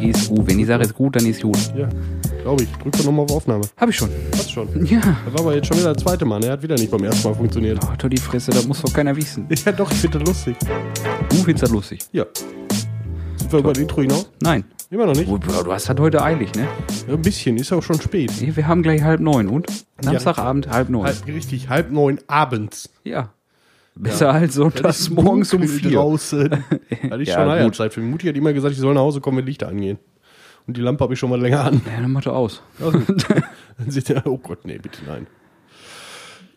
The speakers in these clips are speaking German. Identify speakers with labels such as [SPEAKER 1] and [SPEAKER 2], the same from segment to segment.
[SPEAKER 1] ist gut. Wenn ich sage, es ist gut, dann ist gut.
[SPEAKER 2] Ja, glaube ich. Drück doch nochmal auf Aufnahme.
[SPEAKER 1] Hab ich schon.
[SPEAKER 2] Passt schon.
[SPEAKER 1] Ja.
[SPEAKER 2] Das war aber jetzt schon wieder der zweite Mal. ne? Er hat wieder nicht beim ersten Mal funktioniert.
[SPEAKER 1] Oh, toll, die Fresse, da muss doch keiner wissen.
[SPEAKER 2] Ja, doch, ich finde das lustig.
[SPEAKER 1] Du findest das lustig.
[SPEAKER 2] Ja. Sind wir über den Intro hinaus?
[SPEAKER 1] Nein.
[SPEAKER 2] Immer noch nicht?
[SPEAKER 1] Oh, Bro, du hast das heute eilig, ne?
[SPEAKER 2] Ja, ein bisschen, ist auch schon spät.
[SPEAKER 1] Hier, Wir haben gleich halb neun und? Samstagabend halb neun.
[SPEAKER 2] Halb, richtig, halb neun abends.
[SPEAKER 1] Ja. Besser als sonntags morgens um
[SPEAKER 2] Dunkel
[SPEAKER 1] vier.
[SPEAKER 2] draußen. Hatte ich
[SPEAKER 1] Ja,
[SPEAKER 2] schon
[SPEAKER 1] gut.
[SPEAKER 2] Heiratzeit. Für die Mutti hat immer gesagt, ich soll nach Hause kommen, wenn Lichter angehen. Und die Lampe habe ich schon mal länger an.
[SPEAKER 1] Ja, dann mach doch aus.
[SPEAKER 2] Also, Dann sieht er, oh Gott, nee, bitte nein.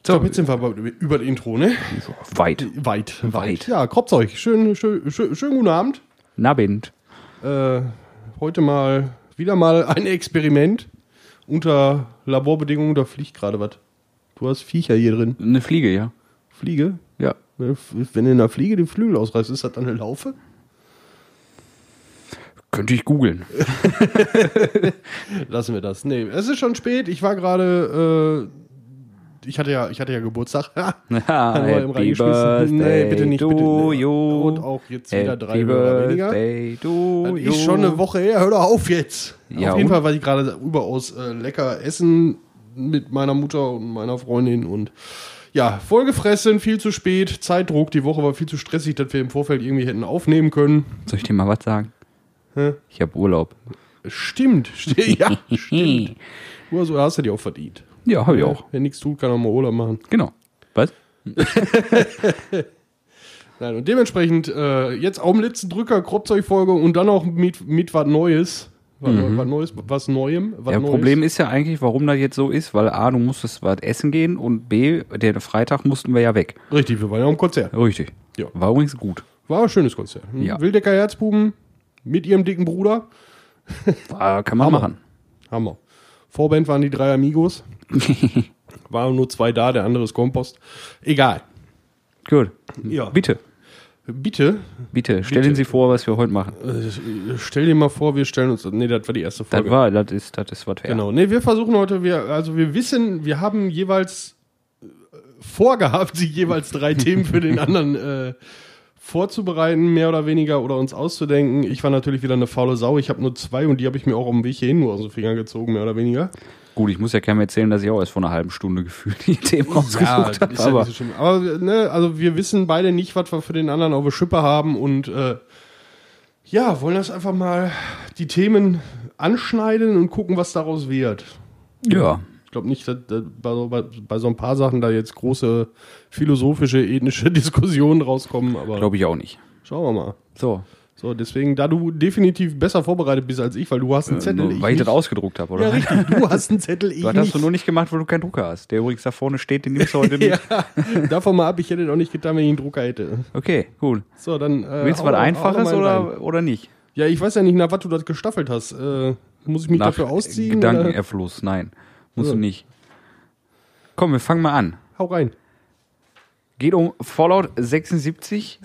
[SPEAKER 2] So, jetzt sind wir aber über das Intro, ne?
[SPEAKER 1] Weit.
[SPEAKER 2] Weit.
[SPEAKER 1] Weit.
[SPEAKER 2] Ja, Kropz euch. Schön, schön, schön, schönen guten Abend.
[SPEAKER 1] Nabend.
[SPEAKER 2] Äh, heute mal wieder mal ein Experiment unter Laborbedingungen. Da fliegt gerade was. Du hast Viecher hier drin.
[SPEAKER 1] Eine Fliege, ja.
[SPEAKER 2] Fliege.
[SPEAKER 1] Ja.
[SPEAKER 2] Ne, f- Wenn du in der Fliege den Flügel ausreißt, ist das dann eine Laufe?
[SPEAKER 1] Könnte ich googeln.
[SPEAKER 2] Lassen wir das. Nee, es ist schon spät. Ich war gerade. Äh, ich, hatte ja, ich hatte ja Geburtstag. Haben wir eben reingeschmissen. Nee, bitte nicht.
[SPEAKER 1] to
[SPEAKER 2] Bitte.
[SPEAKER 1] you.
[SPEAKER 2] Und auch jetzt wieder drei
[SPEAKER 1] Happy
[SPEAKER 2] oder weniger.
[SPEAKER 1] Birthday to
[SPEAKER 2] Das
[SPEAKER 1] you.
[SPEAKER 2] ist schon eine Woche her, hör doch auf jetzt.
[SPEAKER 1] Ja,
[SPEAKER 2] Oh, auf jeden
[SPEAKER 1] und?
[SPEAKER 2] Fall war ich gerade überaus äh, lecker essen mit meiner Mutter und meiner Freundin und ja, vollgefressen, viel zu spät, Zeitdruck, die Woche war viel zu stressig, dass wir im Vorfeld irgendwie hätten aufnehmen können.
[SPEAKER 1] Soll ich dir mal was sagen?
[SPEAKER 2] Hä?
[SPEAKER 1] Ich habe Urlaub.
[SPEAKER 2] Stimmt, sti- ja, stimmt. Du hast, hast du dir auch verdient.
[SPEAKER 1] Ja, habe ich auch.
[SPEAKER 2] Wer nichts tut, kann auch mal Urlaub machen.
[SPEAKER 1] Genau. Was?
[SPEAKER 2] Nein, und dementsprechend äh, jetzt auf dem letzten Drücker Kropzeugfolge und dann auch mit, mit was Neues. Was, was Neues, was Neuem, was
[SPEAKER 1] Mhm. Ja,
[SPEAKER 2] Neues.
[SPEAKER 1] Problem ist ja eigentlich, warum das jetzt so ist, weil A, du musstest was essen gehen und B, der Freitag mussten wir ja weg.
[SPEAKER 2] Richtig, wir waren ja am Konzert.
[SPEAKER 1] Richtig.
[SPEAKER 2] Ja.
[SPEAKER 1] War übrigens gut.
[SPEAKER 2] War ein schönes Konzert. Hm?
[SPEAKER 1] Ja.
[SPEAKER 2] Wildecker Herzbuben mit ihrem dicken Bruder.
[SPEAKER 1] War, kann man
[SPEAKER 2] Hammer.
[SPEAKER 1] machen.
[SPEAKER 2] Hammer. Vorband waren die drei Amigos. Waren nur zwei da, der andere ist Kompost. Egal.
[SPEAKER 1] Gut.
[SPEAKER 2] Ja.
[SPEAKER 1] Bitte,
[SPEAKER 2] Bitte,
[SPEAKER 1] bitte, stellen
[SPEAKER 2] Bitte.
[SPEAKER 1] Sie vor, was wir heute machen.
[SPEAKER 2] äh, stell dir mal vor, wir stellen uns. Nee, das war die erste
[SPEAKER 1] Das
[SPEAKER 2] Folge.
[SPEAKER 1] war, das ist, das ist was wert.
[SPEAKER 2] genau. Nee, wir versuchen heute, wir, also wir wissen, wir haben jeweils äh, vorgehabt, sie jeweils drei Themen für den anderen äh, vorzubereiten, mehr oder weniger, oder uns auszudenken. Ich war natürlich wieder eine faule Sau. Ich habe nur zwei und die habe ich mir auch auf dem Weg hierhin nur aus den Fingern gezogen, mehr oder weniger.
[SPEAKER 1] Gut, ich muss ja keinem erzählen, dass ich auch erst vor einer halben Stunde gefühlt die Themen rausgesucht
[SPEAKER 2] ist
[SPEAKER 1] habe.
[SPEAKER 2] ja
[SPEAKER 1] Aber
[SPEAKER 2] nicht so schlimm. aber ne, also wir wissen beide nicht, was wir für den anderen auf der Schippe haben und äh, ja, wollen das einfach mal die Themen anschneiden und gucken, was daraus wird.
[SPEAKER 1] ja,
[SPEAKER 2] Ich glaube nicht, dass, dass bei, so- bei, bei so ein paar Sachen da jetzt große philosophische, ethnische Diskussionen rauskommen, aber
[SPEAKER 1] glaube ich auch nicht.
[SPEAKER 2] schauen wir mal.
[SPEAKER 1] So,
[SPEAKER 2] So, deswegen, da du definitiv besser vorbereitet bist als ich, weil du hast einen Zettel.
[SPEAKER 1] Äh, nur, weil ich das
[SPEAKER 2] nicht.
[SPEAKER 1] ausgedruckt habe,
[SPEAKER 2] Ja,
[SPEAKER 1] oder?
[SPEAKER 2] richtig, du hast einen Zettel, ich
[SPEAKER 1] das
[SPEAKER 2] nicht.
[SPEAKER 1] hast du nur nicht gemacht, weil du keinen Drucker hast. Der übrigens da vorne steht, den nimmst du heute mit.
[SPEAKER 2] ja, davon mal ab, ich hätte ihn auch nicht getan, wenn ich einen Drucker hätte.
[SPEAKER 1] Okay, cool.
[SPEAKER 2] So, dann. Äh,
[SPEAKER 1] Willst du
[SPEAKER 2] hau-
[SPEAKER 1] was
[SPEAKER 2] hau
[SPEAKER 1] Einfaches
[SPEAKER 2] mal einen rein.
[SPEAKER 1] oder, oder nicht?
[SPEAKER 2] Ja, ich weiß ja nicht, nach was du das gestaffelt hast. Äh, muss ich mich dafür ausziehen? Oder?
[SPEAKER 1] Gedankenerfluss, nein. Musst
[SPEAKER 2] So.
[SPEAKER 1] du nicht. Komm, wir fangen mal an.
[SPEAKER 2] Hau rein.
[SPEAKER 1] Geht um Fallout 76,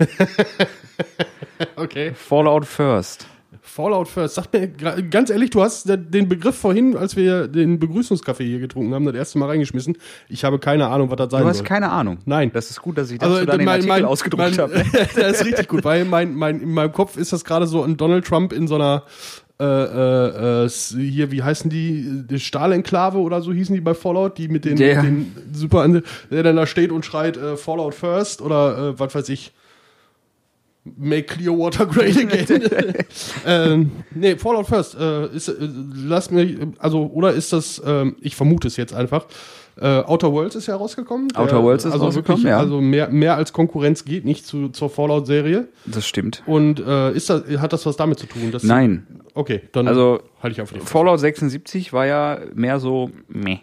[SPEAKER 2] Okay.
[SPEAKER 1] Fallout First.
[SPEAKER 2] Fallout First. Sag mir gra- ganz ehrlich, du hast da- den Begriff vorhin, als wir den Begrüßungskaffee hier getrunken haben, das erste Mal reingeschmissen. Ich habe keine Ahnung, was das sein
[SPEAKER 1] Du
[SPEAKER 2] soll.
[SPEAKER 1] hast keine Ahnung.
[SPEAKER 2] Nein. Also
[SPEAKER 1] Das ist gut, dass ich dazu dann den Artikel ausgedruckt
[SPEAKER 2] mein,
[SPEAKER 1] habe.
[SPEAKER 2] das ist richtig gut, weil mein, mein, in meinem Kopf ist das gerade so ein Donald Trump in so einer äh, äh, äh, s- hier, wie heißen die, die Stahlenklave oder so hießen die bei Fallout, die mit den,
[SPEAKER 1] Ja, ja.
[SPEAKER 2] mit den super, der dann da steht und schreit äh, Fallout First oder äh, was weiß ich, Make Clearwater Great Again. ähm, nee, Fallout First. Äh, ist, äh, lass mich, also, oder ist das, ähm, ich vermute es jetzt einfach, äh, Outer Worlds ist ja rausgekommen. Der-
[SPEAKER 1] Outer Worlds ist
[SPEAKER 2] also
[SPEAKER 1] rausgekommen,
[SPEAKER 2] wirklich,
[SPEAKER 1] ja.
[SPEAKER 2] Also mehr, mehr als Konkurrenz geht nicht zu, zur Fallout-Serie.
[SPEAKER 1] Das stimmt.
[SPEAKER 2] Und äh, ist das, hat das was damit zu tun? Dass
[SPEAKER 1] Nein,
[SPEAKER 2] Okay, dann
[SPEAKER 1] Also,
[SPEAKER 2] halte ich auf jeden Fall.
[SPEAKER 1] Fallout 76 war ja mehr so meh.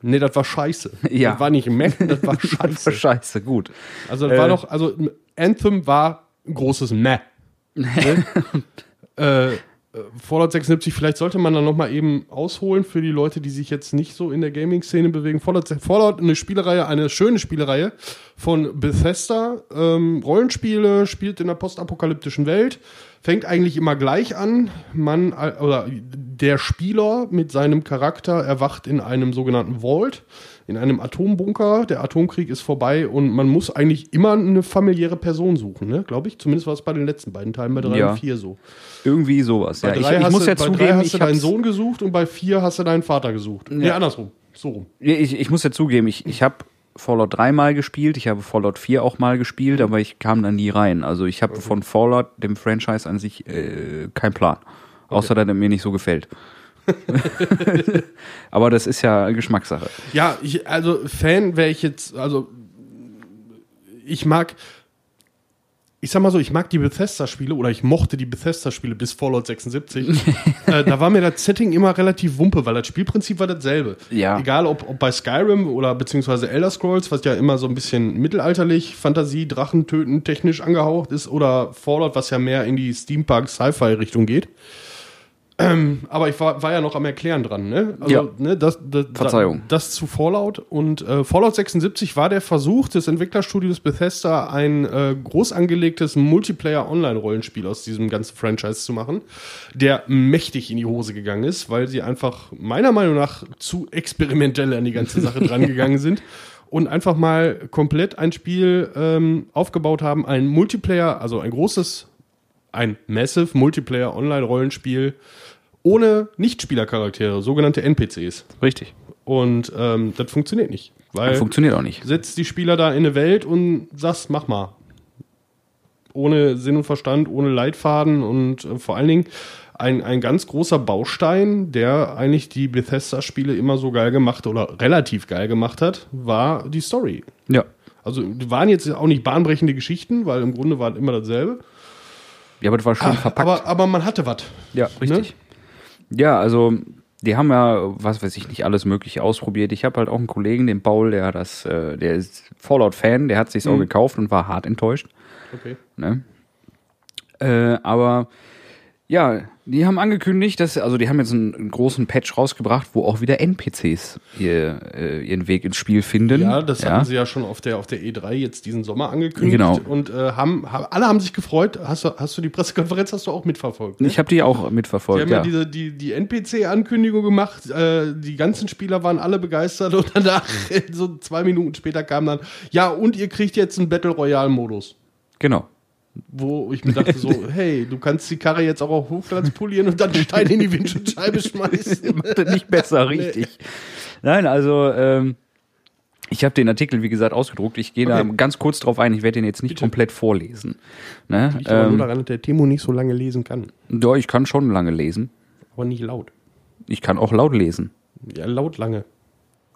[SPEAKER 2] Nee, das war scheiße.
[SPEAKER 1] Ja.
[SPEAKER 2] Das war nicht Mac, das war scheiße.
[SPEAKER 1] Scheiße, gut.
[SPEAKER 2] Also
[SPEAKER 1] Äh.
[SPEAKER 2] das war noch, also Anthem war ein großes Meh. Ne? äh, äh, Fallout 76, vielleicht sollte man da nochmal eben ausholen für die Leute, die sich jetzt nicht so in der Gaming-Szene bewegen. Fallout, Fallout, eine Spielereihe, eine schöne Spielereihe von Bethesda. Ähm, Rollenspiele, spielt in einer postapokalyptischen Welt. Fängt eigentlich immer gleich an. Man, äh, oder der Spieler mit seinem Charakter erwacht in einem sogenannten Vault, in einem Atombunker. Der Atomkrieg ist vorbei und man muss eigentlich immer eine familiäre Person suchen, ne? glaube ich. Zumindest war es bei den letzten beiden Teilen, bei drei
[SPEAKER 1] Ja.
[SPEAKER 2] und vier so.
[SPEAKER 1] Irgendwie sowas.
[SPEAKER 2] Bei
[SPEAKER 1] Ja, ich,
[SPEAKER 2] drei
[SPEAKER 1] ich
[SPEAKER 2] hast
[SPEAKER 1] muss
[SPEAKER 2] du,
[SPEAKER 1] ja
[SPEAKER 2] bei drei
[SPEAKER 1] zugeben,
[SPEAKER 2] hast du
[SPEAKER 1] ich
[SPEAKER 2] deinen
[SPEAKER 1] hab's,
[SPEAKER 2] Sohn gesucht und bei vier hast du deinen Vater gesucht. Nee, andersrum. So rum.
[SPEAKER 1] ich, ich muss ja zugeben, ich, ich habe Fallout 3 mal gespielt, ich habe Fallout 4 auch mal gespielt, aber ich kam da nie rein. Also ich habe von Fallout, dem Franchise an sich, äh, keinen Plan. Außer, dass er mir nicht so gefällt. aber das ist ja Geschmackssache.
[SPEAKER 2] Ja, ich, also Fan wäre ich jetzt, also ich mag, ich sag mal so, ich mag die Bethesda-Spiele oder ich mochte die Bethesda-Spiele bis Fallout 76. äh, da war mir das Setting immer relativ wumpe, weil das Spielprinzip war dasselbe.
[SPEAKER 1] Ja.
[SPEAKER 2] Egal ob, ob bei Skyrim oder beziehungsweise Elder Scrolls, was ja immer so ein bisschen mittelalterlich, Fantasie, Drachen töten, technisch angehaucht ist oder Fallout, was ja mehr in die Steampunk-Sci-Fi-Richtung geht. Ähm, aber ich war, war ja noch am Erklären dran, ne? Also,
[SPEAKER 1] Ja.
[SPEAKER 2] ne, das, das,
[SPEAKER 1] Verzeihung.
[SPEAKER 2] Das zu Fallout. Und äh, Fallout 76 war der Versuch des Entwicklerstudios Bethesda, ein äh, groß angelegtes Multiplayer-Online-Rollenspiel aus diesem ganzen Franchise zu machen, der mächtig in die Hose gegangen ist, weil sie einfach meiner Meinung nach zu experimentell an die ganze Sache drangegangen sind. Und einfach mal komplett ein Spiel ähm, aufgebaut haben, ein Multiplayer, also ein großes ein Massive Multiplayer Online Rollenspiel ohne Nichtspielercharaktere, sogenannte NPCs.
[SPEAKER 1] Richtig.
[SPEAKER 2] Und ähm, das funktioniert nicht, weil
[SPEAKER 1] Funktioniert auch nicht.
[SPEAKER 2] setzt die Spieler da in eine Welt und sagst, mach mal. Ohne Sinn und Verstand, ohne Leitfaden und äh, vor allen Dingen ein, ein ganz großer Baustein, der eigentlich die Bethesda-Spiele immer so geil gemacht oder relativ geil gemacht hat, war die Story.
[SPEAKER 1] Ja.
[SPEAKER 2] Also die waren jetzt auch nicht bahnbrechende Geschichten, weil im Grunde war immer dasselbe.
[SPEAKER 1] Ja, aber das war schon verpackt.
[SPEAKER 2] Aber, Ah, aber man hatte was.
[SPEAKER 1] Ja, richtig. Ja, also die haben ja, was weiß ich nicht, alles Mögliche ausprobiert. Ich habe halt auch einen Kollegen, den Paul, der hat das, äh, der ist Fallout-Fan, der hat sich's auch gekauft und war hart enttäuscht.
[SPEAKER 2] Okay.
[SPEAKER 1] Ne? Äh, aber ja, die haben angekündigt, dass, also die haben jetzt einen, einen großen Patch rausgebracht, wo auch wieder NPCs ihr, äh, ihren Weg ins Spiel finden.
[SPEAKER 2] Ja, das hatten sie ja schon auf der, auf der E3 jetzt diesen Sommer angekündigt.
[SPEAKER 1] Genau.
[SPEAKER 2] Und äh, haben, haben, alle haben sich gefreut. Hast du, hast du die Pressekonferenz hast du auch mitverfolgt? Ne?
[SPEAKER 1] Ich habe die auch
[SPEAKER 2] die
[SPEAKER 1] mitverfolgt.
[SPEAKER 2] haben ja,
[SPEAKER 1] Ja,
[SPEAKER 2] diese, die, die NPC-Ankündigung gemacht. Äh, die ganzen Spieler waren alle begeistert. Und danach, so zwei Minuten später, kam dann: Ja, und ihr kriegt jetzt einen Battle Royale-Modus.
[SPEAKER 1] genau.
[SPEAKER 2] Wo ich mir dachte, so: Hey, du kannst die Karre jetzt auch auf Hochglanz polieren und dann Steine in die Windschutzscheibe schmeißen.
[SPEAKER 1] macht das nicht besser, richtig. Nein, also ähm, ich habe den Artikel, wie gesagt, ausgedruckt. Ich gehe da
[SPEAKER 2] Okay.
[SPEAKER 1] ganz kurz drauf ein. Ich werde den jetzt nicht komplett vorlesen. Ne?
[SPEAKER 2] Liegt aber nur
[SPEAKER 1] Ähm,
[SPEAKER 2] daran, dass der Timo nicht so lange lesen kann.
[SPEAKER 1] doch, ich kann schon lange lesen.
[SPEAKER 2] Aber nicht laut.
[SPEAKER 1] Ich kann auch laut lesen.
[SPEAKER 2] Ja, laut lange.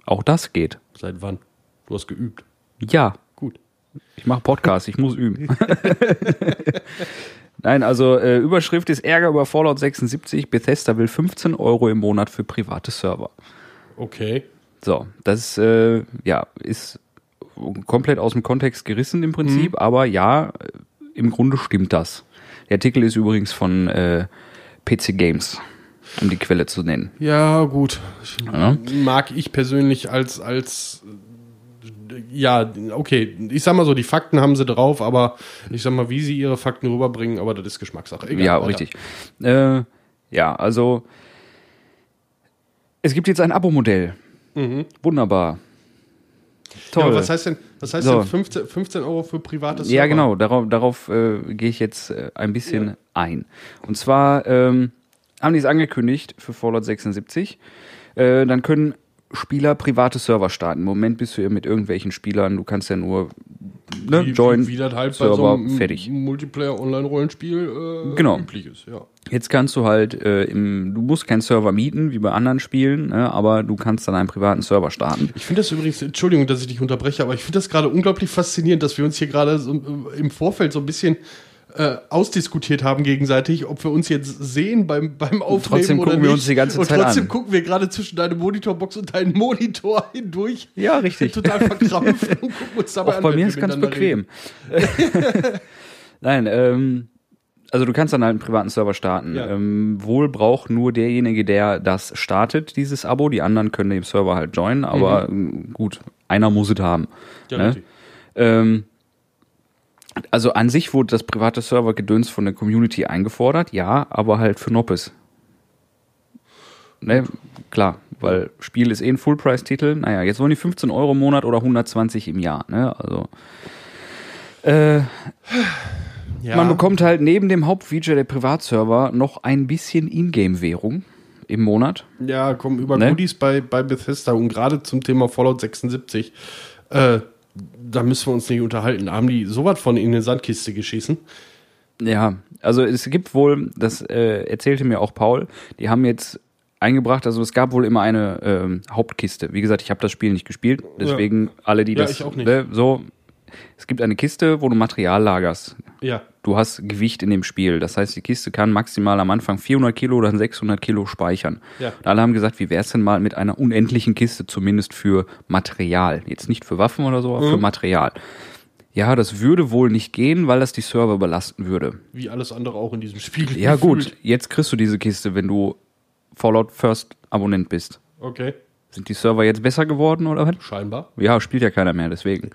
[SPEAKER 1] Auch das geht.
[SPEAKER 2] Seit wann? Du hast geübt.
[SPEAKER 1] Ja,
[SPEAKER 2] Gut.
[SPEAKER 1] ich mache Podcast, ich muss üben. Nein, also äh, Überschrift ist Ärger über Fallout 76. Bethesda will 15 Euro im Monat für private Server.
[SPEAKER 2] Okay.
[SPEAKER 1] So, das äh, ja, ist komplett aus dem Kontext gerissen im Prinzip, aber ja, im Grunde stimmt das. Der Artikel ist übrigens von äh, PC Games, um die Quelle zu nennen.
[SPEAKER 2] Ja, gut.
[SPEAKER 1] Ja.
[SPEAKER 2] Mag ich persönlich als, als äh, ja, okay, ich sag mal so, die Fakten haben sie drauf, aber ich sag mal, wie sie ihre Fakten rüberbringen, aber das ist Geschmackssache. Egal,
[SPEAKER 1] ja,
[SPEAKER 2] weiter.
[SPEAKER 1] richtig. Äh, ja, also es gibt jetzt ein Abo-Modell. Wunderbar.
[SPEAKER 2] Mhm. Ja,
[SPEAKER 1] Toll.
[SPEAKER 2] aber was heißt denn, was heißt
[SPEAKER 1] So.
[SPEAKER 2] denn 15, 15 Euro für privates
[SPEAKER 1] Ja,
[SPEAKER 2] Server?
[SPEAKER 1] genau, darauf, darauf äh, gehe ich jetzt äh, ein bisschen ein. Und zwar ähm, haben die es angekündigt für Fallout 76. Äh, dann können Spieler private Server starten. Im Moment bist du ja mit irgendwelchen Spielern, du kannst ja nur ne,
[SPEAKER 2] Wie,
[SPEAKER 1] join.
[SPEAKER 2] wie das halt bei so
[SPEAKER 1] Server,
[SPEAKER 2] einem
[SPEAKER 1] fertig.
[SPEAKER 2] Multiplayer-Online-Rollenspiel äh,
[SPEAKER 1] Genau.
[SPEAKER 2] üblich ist. Ja.
[SPEAKER 1] Jetzt kannst du halt, äh, im, du musst keinen Server mieten, wie bei anderen Spielen, ne, aber du kannst dann einen privaten Server starten.
[SPEAKER 2] Ich finde das übrigens, Entschuldigung, dass ich dich unterbreche, aber ich finde das gerade unglaublich faszinierend, dass wir uns hier gerade so, äh, im Vorfeld so ein bisschen äh, ausdiskutiert haben gegenseitig, ob wir uns jetzt sehen beim, beim Aufnehmen
[SPEAKER 1] trotzdem
[SPEAKER 2] oder
[SPEAKER 1] gucken
[SPEAKER 2] nicht.
[SPEAKER 1] wir uns die ganze
[SPEAKER 2] und
[SPEAKER 1] Zeit
[SPEAKER 2] trotzdem
[SPEAKER 1] an.
[SPEAKER 2] gucken wir gerade zwischen deine Monitorbox und deinen Monitor hindurch.
[SPEAKER 1] Ja, richtig.
[SPEAKER 2] Total verkrampft und gucken uns dabei
[SPEAKER 1] Auch
[SPEAKER 2] an.
[SPEAKER 1] bei
[SPEAKER 2] wenn
[SPEAKER 1] mir
[SPEAKER 2] wir
[SPEAKER 1] ist ganz
[SPEAKER 2] miteinander
[SPEAKER 1] bequem. Nein, ähm, also du kannst dann halt einen privaten Server starten.
[SPEAKER 2] Ja.
[SPEAKER 1] Ähm, wohl braucht nur derjenige, der das startet, dieses Abo. Die anderen können dem Server halt joinen, aber ähm, gut, einer muss es haben.
[SPEAKER 2] Ja,
[SPEAKER 1] ne?
[SPEAKER 2] richtig.
[SPEAKER 1] Ähm, also an sich wurde das private Servergedöns von der Community eingefordert, ja, aber halt für Noppes. ne, klar, weil Spiel ist eh ein Full-Price-Titel. Naja, jetzt wollen die 15 Euro im Monat oder 120 im Jahr, ne? Also. Äh,
[SPEAKER 2] Ja.
[SPEAKER 1] Man bekommt halt neben dem Hauptfeature der Privatserver noch ein bisschen Ingame-Währung im Monat.
[SPEAKER 2] Ja, komm, über
[SPEAKER 1] Ne?
[SPEAKER 2] Goodies bei, bei Bethesda und gerade zum Thema Fallout 76, äh, da müssen wir uns nicht unterhalten. Da haben die sowas von in eine Sandkiste geschissen.
[SPEAKER 1] Ja, also es gibt wohl, das äh, erzählte mir auch Paul, die haben jetzt eingebracht, also es gab wohl immer eine ähm, Hauptkiste. Wie gesagt, ich habe das Spiel nicht gespielt, deswegen alle, die
[SPEAKER 2] Ja,
[SPEAKER 1] das
[SPEAKER 2] ich auch nicht.
[SPEAKER 1] ne, so. Es gibt eine Kiste, wo du Material lagerst.
[SPEAKER 2] Ja.
[SPEAKER 1] Du hast Gewicht in dem Spiel. Das heißt, die Kiste kann maximal am Anfang 400 Kilo oder 600 Kilo speichern.
[SPEAKER 2] Ja.
[SPEAKER 1] Und alle haben gesagt, wie wäre es denn mal mit einer unendlichen Kiste, zumindest für Material. Jetzt nicht für Waffen oder so, aber
[SPEAKER 2] Mhm.
[SPEAKER 1] für Material. Ja, das würde wohl nicht gehen, weil das die Server belasten würde.
[SPEAKER 2] Wie alles andere auch in diesem Spiel.
[SPEAKER 1] Ja, gut,
[SPEAKER 2] Gefühlt.
[SPEAKER 1] jetzt kriegst du diese Kiste, wenn du Fallout First Abonnent bist.
[SPEAKER 2] Okay,
[SPEAKER 1] Sind die Server jetzt besser geworden oder was?
[SPEAKER 2] scheinbar.
[SPEAKER 1] Ja, spielt ja keiner mehr, deswegen.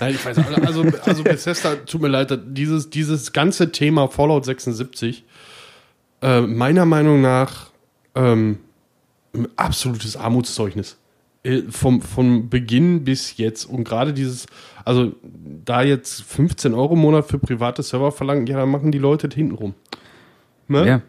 [SPEAKER 2] Nein, ich weiß nicht. Also, also Bethesda, tut mir leid, dieses, dieses ganze Thema Fallout 76, äh, meiner Meinung nach ähm, ein absolutes Armutszeugnis. Äh, vom, vom Beginn bis jetzt. Und gerade dieses, also da jetzt 15 Euro im Monat für private Server verlangen, ja, dann machen die Leute das hintenrum. Ne?
[SPEAKER 1] Ja.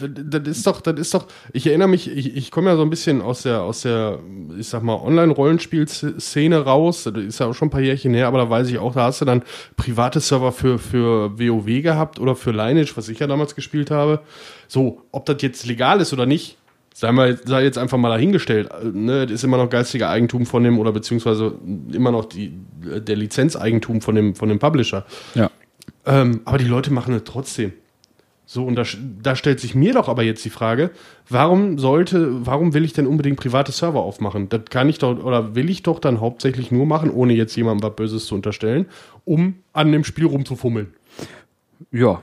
[SPEAKER 2] Das, das ist doch, das ist doch, ich erinnere mich, ich, ich komme ja so ein bisschen aus der, aus der, ich sag mal, Online-Rollenspiel-Szene raus. Das ist ja auch schon ein paar Jährchen her, aber da weiß ich auch, da hast du dann private Server für, für WoW gehabt oder für Lineage, was ich ja damals gespielt habe. So, ob das jetzt legal ist oder nicht, sei, mal, sei jetzt einfach mal dahingestellt. Äh, Ne? Das ist immer noch geistiger Eigentum von dem oder beziehungsweise immer noch die, der Lizenzeigentum von dem, von dem Publisher.
[SPEAKER 1] Ja.
[SPEAKER 2] Ähm, aber die Leute machen es trotzdem. So, und da, da stellt sich mir doch aber jetzt die Frage, warum sollte, warum will ich denn unbedingt private Server aufmachen? Das kann ich doch, oder will ich doch dann hauptsächlich nur machen, ohne jetzt jemandem was Böses zu unterstellen, um an dem Spiel rumzufummeln.
[SPEAKER 1] Ja.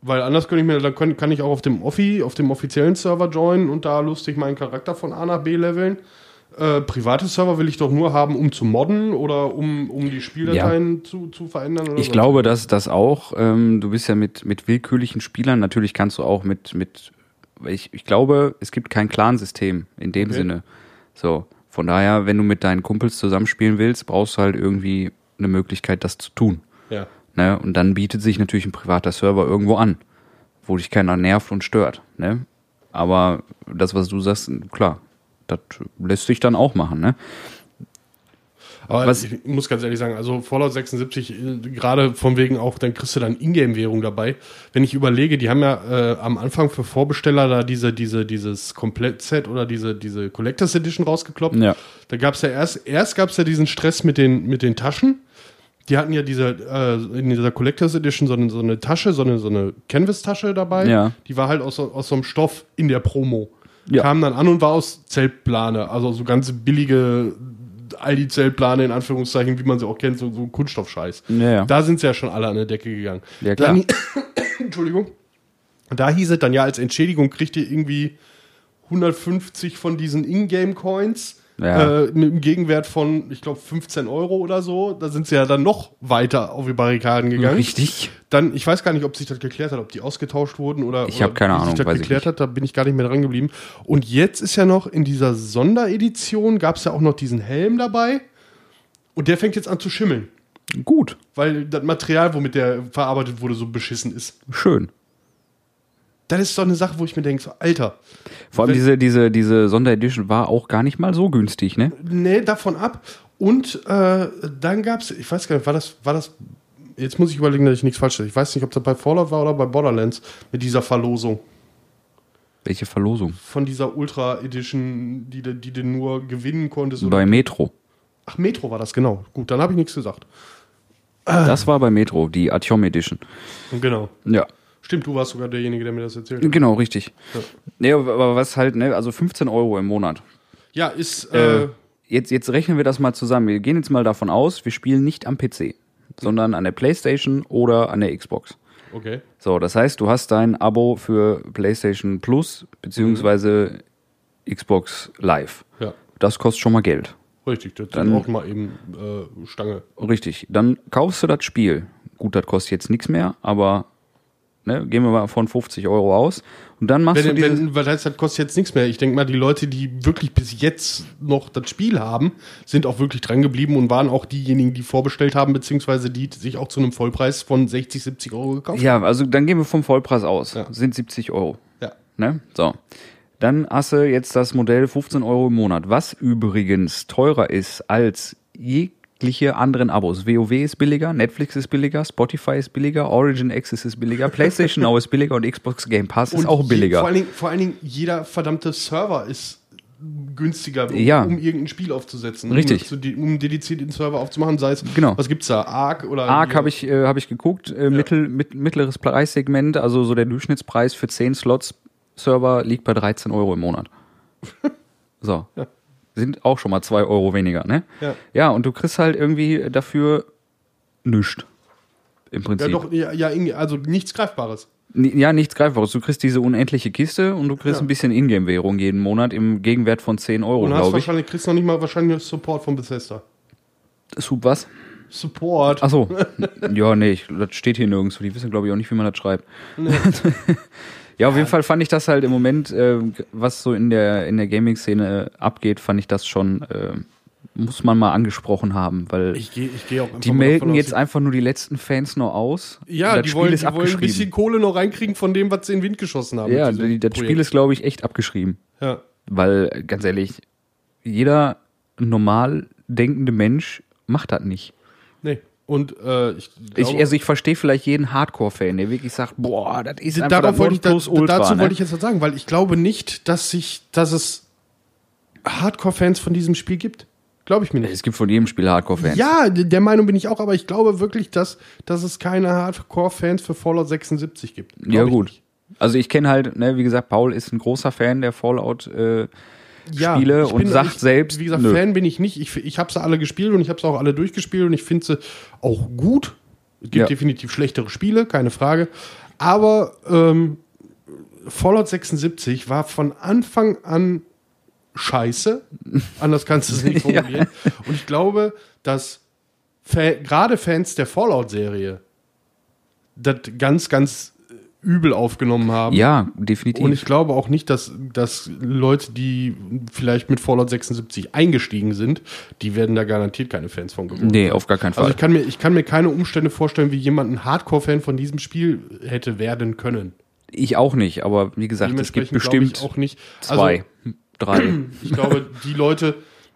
[SPEAKER 2] Weil anders könnte ich mir, dann kann, kann ich auch auf dem Offi, auf dem offiziellen Server joinen und da lustig meinen Charakter von A nach B leveln. Äh, private Server will ich doch nur haben, um zu modden oder um, um die Spieldateien zu, zu verändern oder
[SPEAKER 1] Ich
[SPEAKER 2] so.
[SPEAKER 1] glaube, dass das auch, ähm, du bist ja mit, mit willkürlichen Spielern, natürlich kannst du auch mit, mit ich, ich glaube, es gibt kein Clan-System in dem
[SPEAKER 2] Okay.
[SPEAKER 1] Sinne. So, von daher, wenn du mit deinen Kumpels zusammenspielen willst, brauchst du halt irgendwie eine Möglichkeit, das zu tun.
[SPEAKER 2] Ja.
[SPEAKER 1] Ne? Und dann bietet sich natürlich ein privater Server irgendwo an, wo dich keiner nervt und stört. Ne? Aber das, was du sagst, klar, das lässt sich dann auch machen. Ne?
[SPEAKER 2] Aber
[SPEAKER 1] Was-
[SPEAKER 2] ich muss ganz ehrlich sagen, also Fallout 76, äh, gerade von wegen auch, dann kriegst du dann Ingame-Währung dabei. Wenn ich überlege, die haben ja äh, am Anfang für Vorbesteller da diese, diese, dieses Komplettset oder diese, diese Collectors Edition rausgekloppt.
[SPEAKER 1] Ja.
[SPEAKER 2] Da gab es ja erst, erst gab es ja diesen Stress mit den, mit den Taschen. Die hatten ja diese, äh, in dieser Collectors Edition so eine, so eine Tasche, so eine, so eine Canvas-Tasche dabei.
[SPEAKER 1] Ja.
[SPEAKER 2] Die war halt aus, so- aus so einem Stoff in der Promo.
[SPEAKER 1] Ja.
[SPEAKER 2] Kam dann an und war aus Zeltplane, also so ganz billige Aldi-Zeltplane in Anführungszeichen, wie man sie auch kennt, so, so Kunststoffscheiß.
[SPEAKER 1] Ja, ja.
[SPEAKER 2] Da sind sie ja schon alle an der Decke gegangen.
[SPEAKER 1] Ja, klar.
[SPEAKER 2] Dann, Entschuldigung. Da hieß es dann ja, als Entschädigung kriegt ihr irgendwie 150 von diesen Ingame-Coins
[SPEAKER 1] Ja.
[SPEAKER 2] äh, mit einem Gegenwert von, ich glaube, 15 Euro oder so. Da sind sie ja dann noch weiter auf die Barrikaden gegangen.
[SPEAKER 1] Richtig.
[SPEAKER 2] Dann, ich weiß gar nicht, ob sich das geklärt hat, ob die ausgetauscht wurden oder,
[SPEAKER 1] Ich
[SPEAKER 2] oder
[SPEAKER 1] hab keine
[SPEAKER 2] wie
[SPEAKER 1] Ahnung,
[SPEAKER 2] sich das
[SPEAKER 1] weiß ich
[SPEAKER 2] geklärt
[SPEAKER 1] nicht.
[SPEAKER 2] hat, da bin ich gar nicht mehr dran geblieben. Und jetzt ist ja noch in dieser Sonderedition gab es ja auch noch diesen Helm dabei und der fängt jetzt an zu schimmeln,
[SPEAKER 1] Gut.
[SPEAKER 2] weil das Material, womit der verarbeitet wurde, so beschissen ist.
[SPEAKER 1] Schön.
[SPEAKER 2] Das ist doch eine Sache, wo ich mir denke, so, Alter,
[SPEAKER 1] Vor allem diese, diese, diese Sonderedition war auch gar nicht mal so günstig, ne?
[SPEAKER 2] nee, davon ab. Und äh, dann gab es, ich weiß gar nicht, war das, war das, jetzt muss ich überlegen, dass ich nichts falsch sage. Ich weiß nicht, ob das bei Fallout war oder bei Borderlands mit dieser Verlosung.
[SPEAKER 1] Welche Verlosung?
[SPEAKER 2] von dieser Ultra Edition, die, du- die du nur gewinnen konntest. Oder?
[SPEAKER 1] Bei Metro.
[SPEAKER 2] Ach, Metro war das, genau. Gut, dann habe ich nichts gesagt.
[SPEAKER 1] Das war bei Metro, die Atiom Edition.
[SPEAKER 2] Genau.
[SPEAKER 1] Ja.
[SPEAKER 2] Stimmt, du warst sogar derjenige, der mir das erzählt hat.
[SPEAKER 1] Genau, richtig. Nee, aber was halt, ne, also 15 Euro im Monat.
[SPEAKER 2] Ja, ist. Äh,
[SPEAKER 1] Äh, jetzt, jetzt rechnen wir das mal zusammen. Wir gehen jetzt mal davon aus, wir spielen nicht am PC, sondern an der Playstation oder an der Xbox.
[SPEAKER 2] okay.
[SPEAKER 1] So, das heißt, du hast dein Abo für PlayStation Plus beziehungsweise Xbox Live.
[SPEAKER 2] Ja,
[SPEAKER 1] Das kostet schon mal Geld.
[SPEAKER 2] richtig. Das
[SPEAKER 1] Dann-
[SPEAKER 2] sind auch mal eben äh, Stange.
[SPEAKER 1] Richtig. Dann kaufst du das Spiel. Gut, das kostet jetzt nichts mehr, aber ne, gehen wir mal von 50 Euro aus. Und dann machst
[SPEAKER 2] Wenn,
[SPEAKER 1] du dieses,
[SPEAKER 2] wenn, weil das heißt, das kostet jetzt nichts mehr. Ich denke mal, die Leute, die wirklich bis jetzt noch das Spiel haben, sind auch wirklich dran geblieben und waren auch diejenigen, die vorbestellt haben, beziehungsweise die sich auch zu einem Vollpreis von 60, 70 Euro gekauft haben.
[SPEAKER 1] ja, also dann gehen wir vom Vollpreis aus.
[SPEAKER 2] Ja.
[SPEAKER 1] Sind 70 Euro.
[SPEAKER 2] Ja.
[SPEAKER 1] Ne? So. Dann hast du jetzt das Modell 15 Euro im Monat, was übrigens teurer ist als jegliche anderen Abos. WoW ist billiger, Netflix ist billiger, Spotify ist billiger, Origin Access ist billiger, PlayStation Now ist billiger und Xbox Game Pass ist auch
[SPEAKER 2] je-
[SPEAKER 1] billiger.
[SPEAKER 2] Vor allen, Dingen, vor allen Dingen, jeder verdammte Server ist günstiger, um,
[SPEAKER 1] Ja.
[SPEAKER 2] um irgendein Spiel aufzusetzen.
[SPEAKER 1] Richtig.
[SPEAKER 2] Um, zu de- um dediziert den Server aufzumachen, sei es,
[SPEAKER 1] Genau.
[SPEAKER 2] was gibt's da? Arc oder.
[SPEAKER 1] Arc
[SPEAKER 2] hier-
[SPEAKER 1] habe ich, äh, hab ich geguckt, äh, mittel, mit, mittleres Preissegment, also so der Durchschnittspreis für 10 Slots Server liegt bei 13 Euro im Monat. So. Sind auch schon mal 2 Euro weniger, ne?
[SPEAKER 2] Ja.
[SPEAKER 1] ja, und du kriegst halt irgendwie dafür nichts. Im
[SPEAKER 2] Ja,
[SPEAKER 1] Prinzip.
[SPEAKER 2] doch, ja, ja, irgendwie- also nichts Greifbares.
[SPEAKER 1] N- Ja, nichts Greifbares. Du kriegst diese unendliche Kiste und du kriegst
[SPEAKER 2] Ja.
[SPEAKER 1] ein bisschen Ingame-Währung jeden Monat im Gegenwert von 10 Euro,
[SPEAKER 2] Und hast
[SPEAKER 1] glaube ich.
[SPEAKER 2] wahrscheinlich, kriegst noch nicht mal wahrscheinlich Support von Bethesda.
[SPEAKER 1] Sub was?
[SPEAKER 2] Support.
[SPEAKER 1] Ach so. ja, nee, ich, das steht hier nirgendwo. Die wissen, glaube ich, auch nicht, wie man das schreibt. ja, auf jeden Fall fand ich das halt im Moment, äh, was so in der, in der Gaming-Szene abgeht, fand ich das schon, äh, muss man mal angesprochen haben, weil
[SPEAKER 2] Ich gehe ich geh auch einfach
[SPEAKER 1] die
[SPEAKER 2] mal davon
[SPEAKER 1] melden
[SPEAKER 2] aus,
[SPEAKER 1] jetzt einfach nur die letzten Fans noch aus.
[SPEAKER 2] Ja,
[SPEAKER 1] das
[SPEAKER 2] die
[SPEAKER 1] Spiel
[SPEAKER 2] wollen,
[SPEAKER 1] ist
[SPEAKER 2] die wollen ein bisschen
[SPEAKER 1] abgeschrieben.
[SPEAKER 2] Kohle noch reinkriegen von dem, was sie in den Wind geschossen haben.
[SPEAKER 1] Ja, also
[SPEAKER 2] mit
[SPEAKER 1] die,
[SPEAKER 2] diesem
[SPEAKER 1] das
[SPEAKER 2] Projekt.
[SPEAKER 1] Spiel ist, glaube ich, echt abgeschrieben.
[SPEAKER 2] Ja.
[SPEAKER 1] Weil, äh, ganz ehrlich, jeder normal denkende Mensch macht das nicht.
[SPEAKER 2] Nee. Und äh, ich,
[SPEAKER 1] Ich,
[SPEAKER 2] glaube-
[SPEAKER 1] also ich verstehe vielleicht jeden Hardcore-Fan, der wirklich sagt, boah, das ist einfach
[SPEAKER 2] darauf
[SPEAKER 1] das
[SPEAKER 2] wollte ich, da,
[SPEAKER 1] Nonplusultra,
[SPEAKER 2] dazu
[SPEAKER 1] ne?
[SPEAKER 2] wollte ich jetzt was sagen, weil ich glaube nicht, dass sich, dass es Hardcore-Fans von diesem Spiel gibt. Glaube ich mir nicht.
[SPEAKER 1] Es gibt von jedem Spiel Hardcore-Fans.
[SPEAKER 2] Ja, d- der Meinung bin ich auch, aber ich glaube wirklich, dass, dass es keine Hardcore-Fans für Fallout 76 gibt. Glaub
[SPEAKER 1] ja
[SPEAKER 2] ich
[SPEAKER 1] gut.
[SPEAKER 2] nicht.
[SPEAKER 1] Also ich kenne halt, ne, wie gesagt, Paul ist ein großer Fan der Fallout. Äh,
[SPEAKER 2] Ja,
[SPEAKER 1] Spiele
[SPEAKER 2] ich
[SPEAKER 1] und sagt
[SPEAKER 2] ich,
[SPEAKER 1] selbst,
[SPEAKER 2] Wie gesagt,
[SPEAKER 1] nö.
[SPEAKER 2] Fan bin ich nicht. Ich, ich habe sie alle gespielt und ich habe sie auch alle durchgespielt und ich finde sie auch gut. Es gibt
[SPEAKER 1] Ja.
[SPEAKER 2] definitiv schlechtere Spiele, keine Frage. Aber ähm, Fallout 76 war von Anfang an scheiße. Anders kannst du es nicht formulieren. Und ich glaube, dass Fa gerade Fans der Fallout-Serie das ganz, ganz äh, übel aufgenommen haben.
[SPEAKER 1] ja, definitiv.
[SPEAKER 2] Und ich glaube auch nicht, dass, dass Leute, die vielleicht mit Fallout 76 eingestiegen sind, die werden da garantiert keine Fans von geworden.
[SPEAKER 1] nee, auf gar keinen Fall.
[SPEAKER 2] Also ich kann, mir, ich kann mir keine Umstände vorstellen, wie jemand ein Hardcore-Fan von diesem Spiel hätte werden können.
[SPEAKER 1] ich, auch nicht, aber wie gesagt, es gibt
[SPEAKER 2] Dementsprechend
[SPEAKER 1] bestimmt
[SPEAKER 2] glaube ich auch nicht.
[SPEAKER 1] zwei, drei.
[SPEAKER 2] Also, ich glaube, die Leute,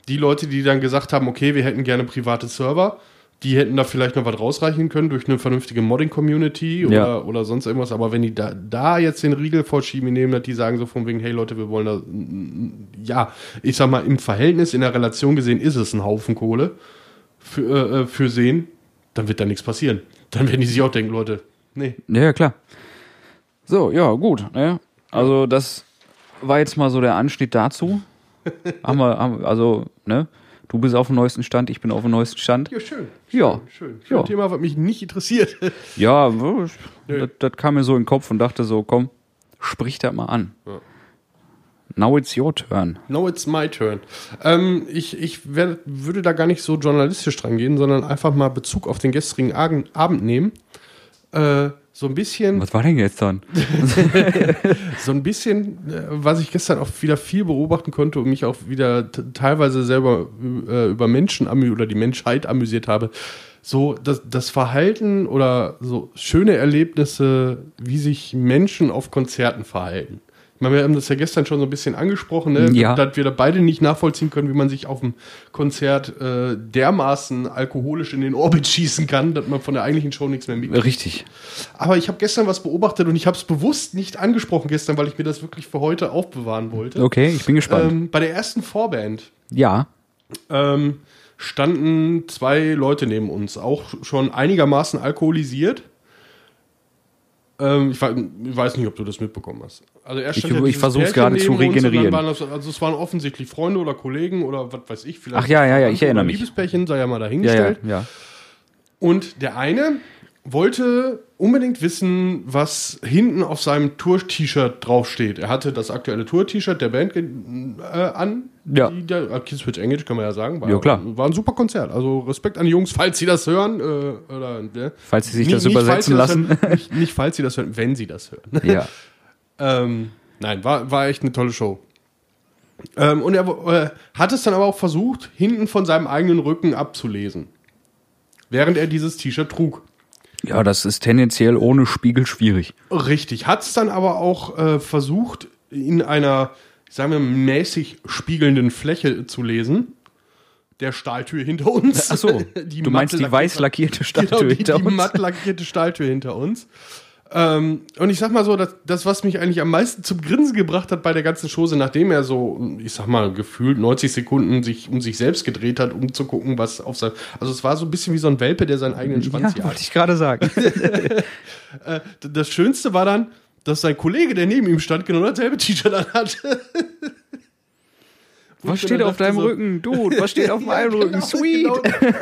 [SPEAKER 2] die Leute, die dann gesagt haben, okay, wir hätten gerne private Server, die hätten da vielleicht noch was rausreichen können durch eine vernünftige Modding-Community oder,
[SPEAKER 1] Ja.
[SPEAKER 2] oder sonst irgendwas. Aber wenn die da, da jetzt den Riegel vorschieben, nehmen, dass die sagen so von wegen, hey Leute, wir wollen da, ja, ich sag mal, im Verhältnis, in der Relation gesehen, ist es ein Haufen Kohle für, äh, äh, für Sehen, dann wird da nichts passieren. Dann werden die sich auch denken, Leute, nee.
[SPEAKER 1] Ja, ja, klar. So, ja, gut. Ne? Also das war jetzt mal so der Anschnitt dazu. haben wir, haben, also, ne? Du bist auf dem neuesten Stand, ich bin auf dem neuesten Stand.
[SPEAKER 2] Ja, schön.
[SPEAKER 1] Ja.
[SPEAKER 2] Schön. schön.
[SPEAKER 1] Ja.
[SPEAKER 2] Thema, was mich nicht interessiert.
[SPEAKER 1] Ja, w-
[SPEAKER 2] Nö.
[SPEAKER 1] das, das kam mir so in den Kopf und dachte so, komm, sprich das mal an.
[SPEAKER 2] Ja.
[SPEAKER 1] Now it's your turn.
[SPEAKER 2] Now it's my turn. Ähm, ich ich wär, würde da gar nicht so journalistisch dran gehen, sondern einfach mal Bezug auf den gestrigen Agen- Abend nehmen. Äh, so ein bisschen,
[SPEAKER 1] Was war denn jetzt dann?
[SPEAKER 2] so ein bisschen, äh, was ich gestern auch wieder viel beobachten konnte und mich auch wieder t- teilweise selber äh, über Menschen amü oder die Menschheit amüsiert habe. So das, das Verhalten oder so schöne Erlebnisse, wie sich Menschen auf Konzerten verhalten. Ich meine, wir haben das ja gestern schon so ein bisschen angesprochen, ne?
[SPEAKER 1] Ja.
[SPEAKER 2] dass wir da beide nicht nachvollziehen können, wie man sich auf dem Konzert äh, dermaßen alkoholisch in den Orbit schießen kann, dass man von der eigentlichen Show nichts mehr mitkriegt.
[SPEAKER 1] Richtig.
[SPEAKER 2] Aber ich habe gestern was beobachtet und ich habe es bewusst nicht angesprochen gestern, weil ich mir das wirklich für heute aufbewahren wollte.
[SPEAKER 1] Okay, ich bin gespannt.
[SPEAKER 2] Ähm, bei der ersten Vorband
[SPEAKER 1] ja.
[SPEAKER 2] ähm, standen zwei Leute neben uns, auch schon einigermaßen alkoholisiert. Ähm, ich, we- ich weiß nicht, ob du das mitbekommen hast. Also erst
[SPEAKER 1] Ich
[SPEAKER 2] stand ja
[SPEAKER 1] über- ich
[SPEAKER 2] dieses
[SPEAKER 1] versuch's
[SPEAKER 2] Pärchen
[SPEAKER 1] gerade zu
[SPEAKER 2] neben uns und dann
[SPEAKER 1] regenerieren.
[SPEAKER 2] Waren das, also es waren offensichtlich Freunde oder Kollegen oder was weiß ich. Vielleicht
[SPEAKER 1] Ach ja, ja, ja, ich
[SPEAKER 2] Verwandte oder
[SPEAKER 1] erinnere mich.
[SPEAKER 2] Liebespärchen sei ja mal
[SPEAKER 1] Ja,
[SPEAKER 2] dahingestellt.
[SPEAKER 1] ja, ja.
[SPEAKER 2] Und der eine wollte unbedingt wissen, was hinten auf seinem Tour-T-Shirt draufsteht. Er hatte das aktuelle Tour-T-Shirt der Band ge- äh, an,
[SPEAKER 1] Ja.
[SPEAKER 2] Die, der, äh, Kids Switch Engage kann man ja sagen. War,
[SPEAKER 1] Ja, klar.
[SPEAKER 2] War ein super Konzert. Also Respekt an die Jungs, falls sie das hören. Äh, oder, ne?
[SPEAKER 1] Falls sie sich
[SPEAKER 2] Nicht-
[SPEAKER 1] das
[SPEAKER 2] nicht, falls sie
[SPEAKER 1] übersetzen
[SPEAKER 2] das
[SPEAKER 1] lassen.
[SPEAKER 2] Hören, nicht, nicht, falls sie das hören, wenn sie das hören.
[SPEAKER 1] ja.
[SPEAKER 2] Ähm, nein, war, war echt eine tolle Show. Ähm, und er äh, hat es dann aber auch versucht, hinten von seinem eigenen Rücken abzulesen. Während er dieses T-Shirt trug.
[SPEAKER 1] ja, das ist tendenziell ohne Spiegel schwierig.
[SPEAKER 2] Richtig. Hat es dann aber auch äh, versucht, in einer, sagen wir, mäßig spiegelnden Fläche zu lesen. Der Stahltür hinter uns.
[SPEAKER 1] Ach so,
[SPEAKER 2] Die
[SPEAKER 1] du meinst
[SPEAKER 2] matt
[SPEAKER 1] die weiß
[SPEAKER 2] lackierte-
[SPEAKER 1] lackierte
[SPEAKER 2] genau,
[SPEAKER 1] Statue
[SPEAKER 2] die,
[SPEAKER 1] hinter
[SPEAKER 2] die
[SPEAKER 1] uns?
[SPEAKER 2] matt lackierte Stahltür hinter uns. Ähm, und ich sag mal so, das, das, was mich eigentlich am meisten zum Grinsen gebracht hat bei der ganzen Chose, nachdem er so, ich sag mal, gefühlt 90 Sekunden sich um sich selbst gedreht hat, um zu gucken, was auf sein. Also es war so ein bisschen wie so ein Welpe, der seinen eigenen Schwanz
[SPEAKER 1] ja,
[SPEAKER 2] jagt.
[SPEAKER 1] wollte ich gerade sagen.
[SPEAKER 2] D- das Schönste war dann, dass sein Kollege, der neben ihm stand, genau dasselbe T-Shirt anhatte.
[SPEAKER 1] Was steht auf deinem Rücken? Dude, was steht auf meinem Rücken? Sweet!
[SPEAKER 2] Genau,